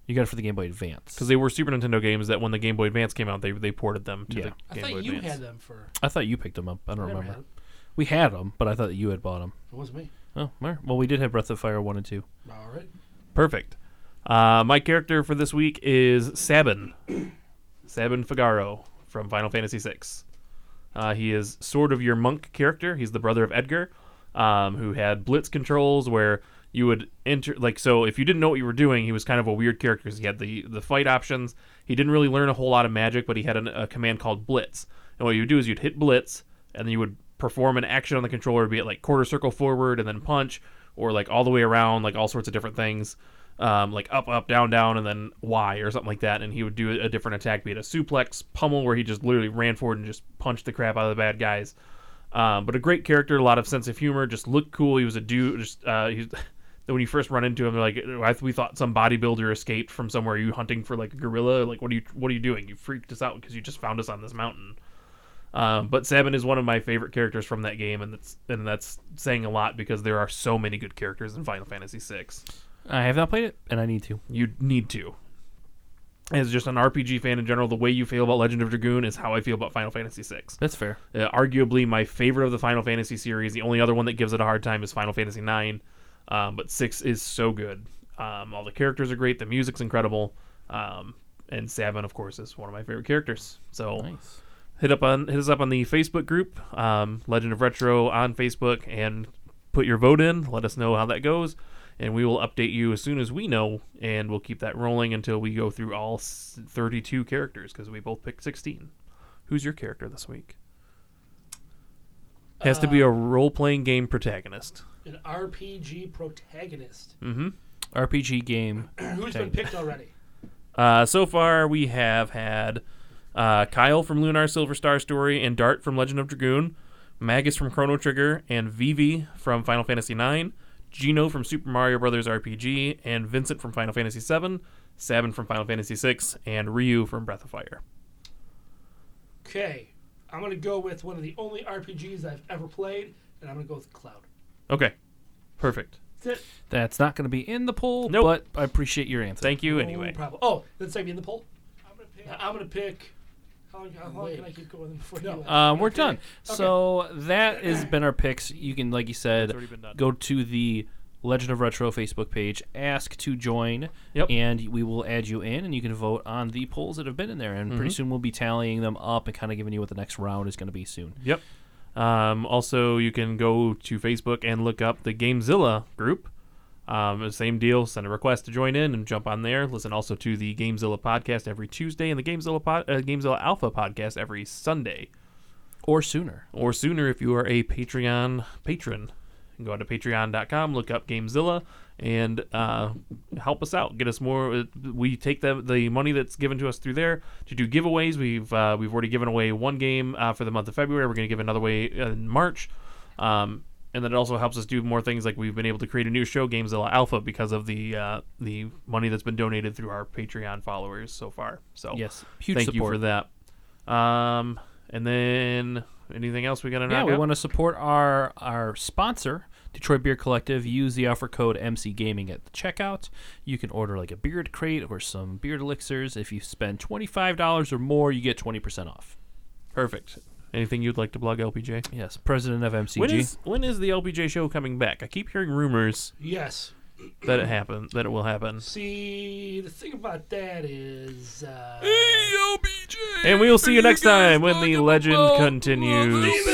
Speaker 1: You got it for the Game Boy Advance.
Speaker 2: because they were Super Nintendo games that when the Game Boy Advance came out, they they ported them to
Speaker 1: Yeah.
Speaker 2: the
Speaker 3: I
Speaker 2: Game
Speaker 3: thought
Speaker 2: Boy
Speaker 3: you
Speaker 2: Advance.
Speaker 3: had them for.
Speaker 1: I thought you picked them up. I don't
Speaker 3: Never
Speaker 1: remember.
Speaker 3: had them.
Speaker 1: We had them, but I thought that you had bought them.
Speaker 3: It wasn't me.
Speaker 1: Oh, all right. well, we did have Breath of Fire one and two.
Speaker 3: All right.
Speaker 2: Perfect. Uh, my character for this week is Sabin, Sabin Figaro from Final Fantasy VI. Uh, he is sort of your monk character. He's the brother of Edgar, um, who had blitz controls where you would enter like so if you didn't know what you were doing he was kind of a weird character 'cause he had the the fight options he didn't really learn a whole lot of magic but he had an, a command called blitz and what you would do is you'd hit blitz and then you would perform an action on the controller be it like quarter circle forward and then punch or like all the way around like all sorts of different things um, like up, up, down, down, and then Y or something like that. And he would do a different attack, be it a suplex, pummel, where he just literally ran forward and just punched the crap out of the bad guys. Um, but a great character, a lot of sense of humor, just looked cool. He was a dude. Just uh, he's, then *laughs* when you first run into him, they're like, "Oh, I, we thought some bodybuilder escaped from somewhere. Are you hunting for like a gorilla? Like, what are you, what are you doing? You freaked us out because you just found us on this mountain. Um, but Sabin is one of my favorite characters from that game, and that's and that's saying a lot because there are so many good characters in Final Fantasy VI.
Speaker 1: I have not played it, and I need to.
Speaker 2: You need to. As just an RPG fan in general, the way you feel about Legend of Dragoon is how I feel about Final Fantasy VI.
Speaker 1: That's fair.
Speaker 2: Uh, arguably my favorite of the Final Fantasy series. The only other one that gives it a hard time is Final Fantasy IX, um, but six is so good. Um, all the characters are great. The music's incredible, um, and Sabin, of course, is one of my favorite characters. So
Speaker 1: Nice.
Speaker 2: hit up on hit us up on the Facebook group, um, Legend of Retro on Facebook, and put your vote in. Let us know how that goes, and we will update you as soon as we know, and we'll keep that rolling until we go through all s- 32 characters because we both picked 16. Who's your character this week? Has to be a role-playing game protagonist.
Speaker 3: An RPG protagonist
Speaker 2: Mm,
Speaker 1: RPG game.
Speaker 3: who's been picked already.
Speaker 2: Uh, so far, we have had uh, Kyle from Lunar Silver Star Story and Dart from Legend of Dragoon, Magus from Chrono Trigger, and Vivi from Final Fantasy IX, Gino from Super Mario Brothers RPG, and Vincent from Final Fantasy VII, Sabin from Final Fantasy VI, and Ryu from Breath of Fire.
Speaker 3: Okay, I'm gonna go with one of the only RPGs I've ever played, and I'm gonna go with Cloud.
Speaker 2: Okay, perfect.
Speaker 3: That's it.
Speaker 1: That's not going to be in the poll,
Speaker 2: Nope.
Speaker 1: but I appreciate your answer.
Speaker 2: Thank you anyway.
Speaker 3: No problem. Oh, that's me in the poll. I'm gonna pick. I'm gonna pick. How long, how long can I keep going before you?
Speaker 1: Um, we're done. So that has been our picks. You can, like you said, go to the Legend of Retro Facebook page, ask to join,
Speaker 2: Yep.
Speaker 1: and we will add you in, and you can vote on the polls that have been in there. And
Speaker 2: Mm-hmm.
Speaker 1: pretty soon we'll be tallying them up and kind of giving you what the next round is going to be soon.
Speaker 2: Yep. Um, also, you can go to Facebook and look up the Gamezilla group. Um, the same deal. Send a request to join in and jump on there. Listen also to the Gamezilla podcast every Tuesday and the Gamezilla pod, uh, Gamezilla Alpha podcast every Sunday
Speaker 1: Or sooner.
Speaker 2: or sooner if you are a Patreon patron. You can Go to patreon.com, look up Gamezilla, and uh, help us out. Get us more. uh, We take the the money that's given to us through there to do giveaways. We've uh, we've already given away one game uh, for the month of February. We're going to give another away in March. Um, and then it also helps us do more things like we've been able to create a new show, Gamezilla Alpha, because of the uh, the money that's been donated through our Patreon followers so far. So
Speaker 1: Yes. Huge
Speaker 2: thank
Speaker 1: support.
Speaker 2: you for that. Um, and then anything else we got to
Speaker 1: Yeah,
Speaker 2: knock
Speaker 1: we
Speaker 2: out?
Speaker 1: want to support our our sponsor, Detroit Beer Collective. Use the offer code MC Gaming at the checkout. You can order like a beard crate or some beard elixirs. If you spend twenty five dollars or more, you get twenty percent off.
Speaker 2: Perfect. Anything you'd like to plug, LPJ?
Speaker 1: Yes, president of MCG.
Speaker 2: When is when is the LPJ show coming back? I keep hearing rumors
Speaker 3: Yes.
Speaker 2: that it happen that it will happen.
Speaker 3: See, the thing about that is. Uh,
Speaker 2: And we'll see you next time when the legend continues.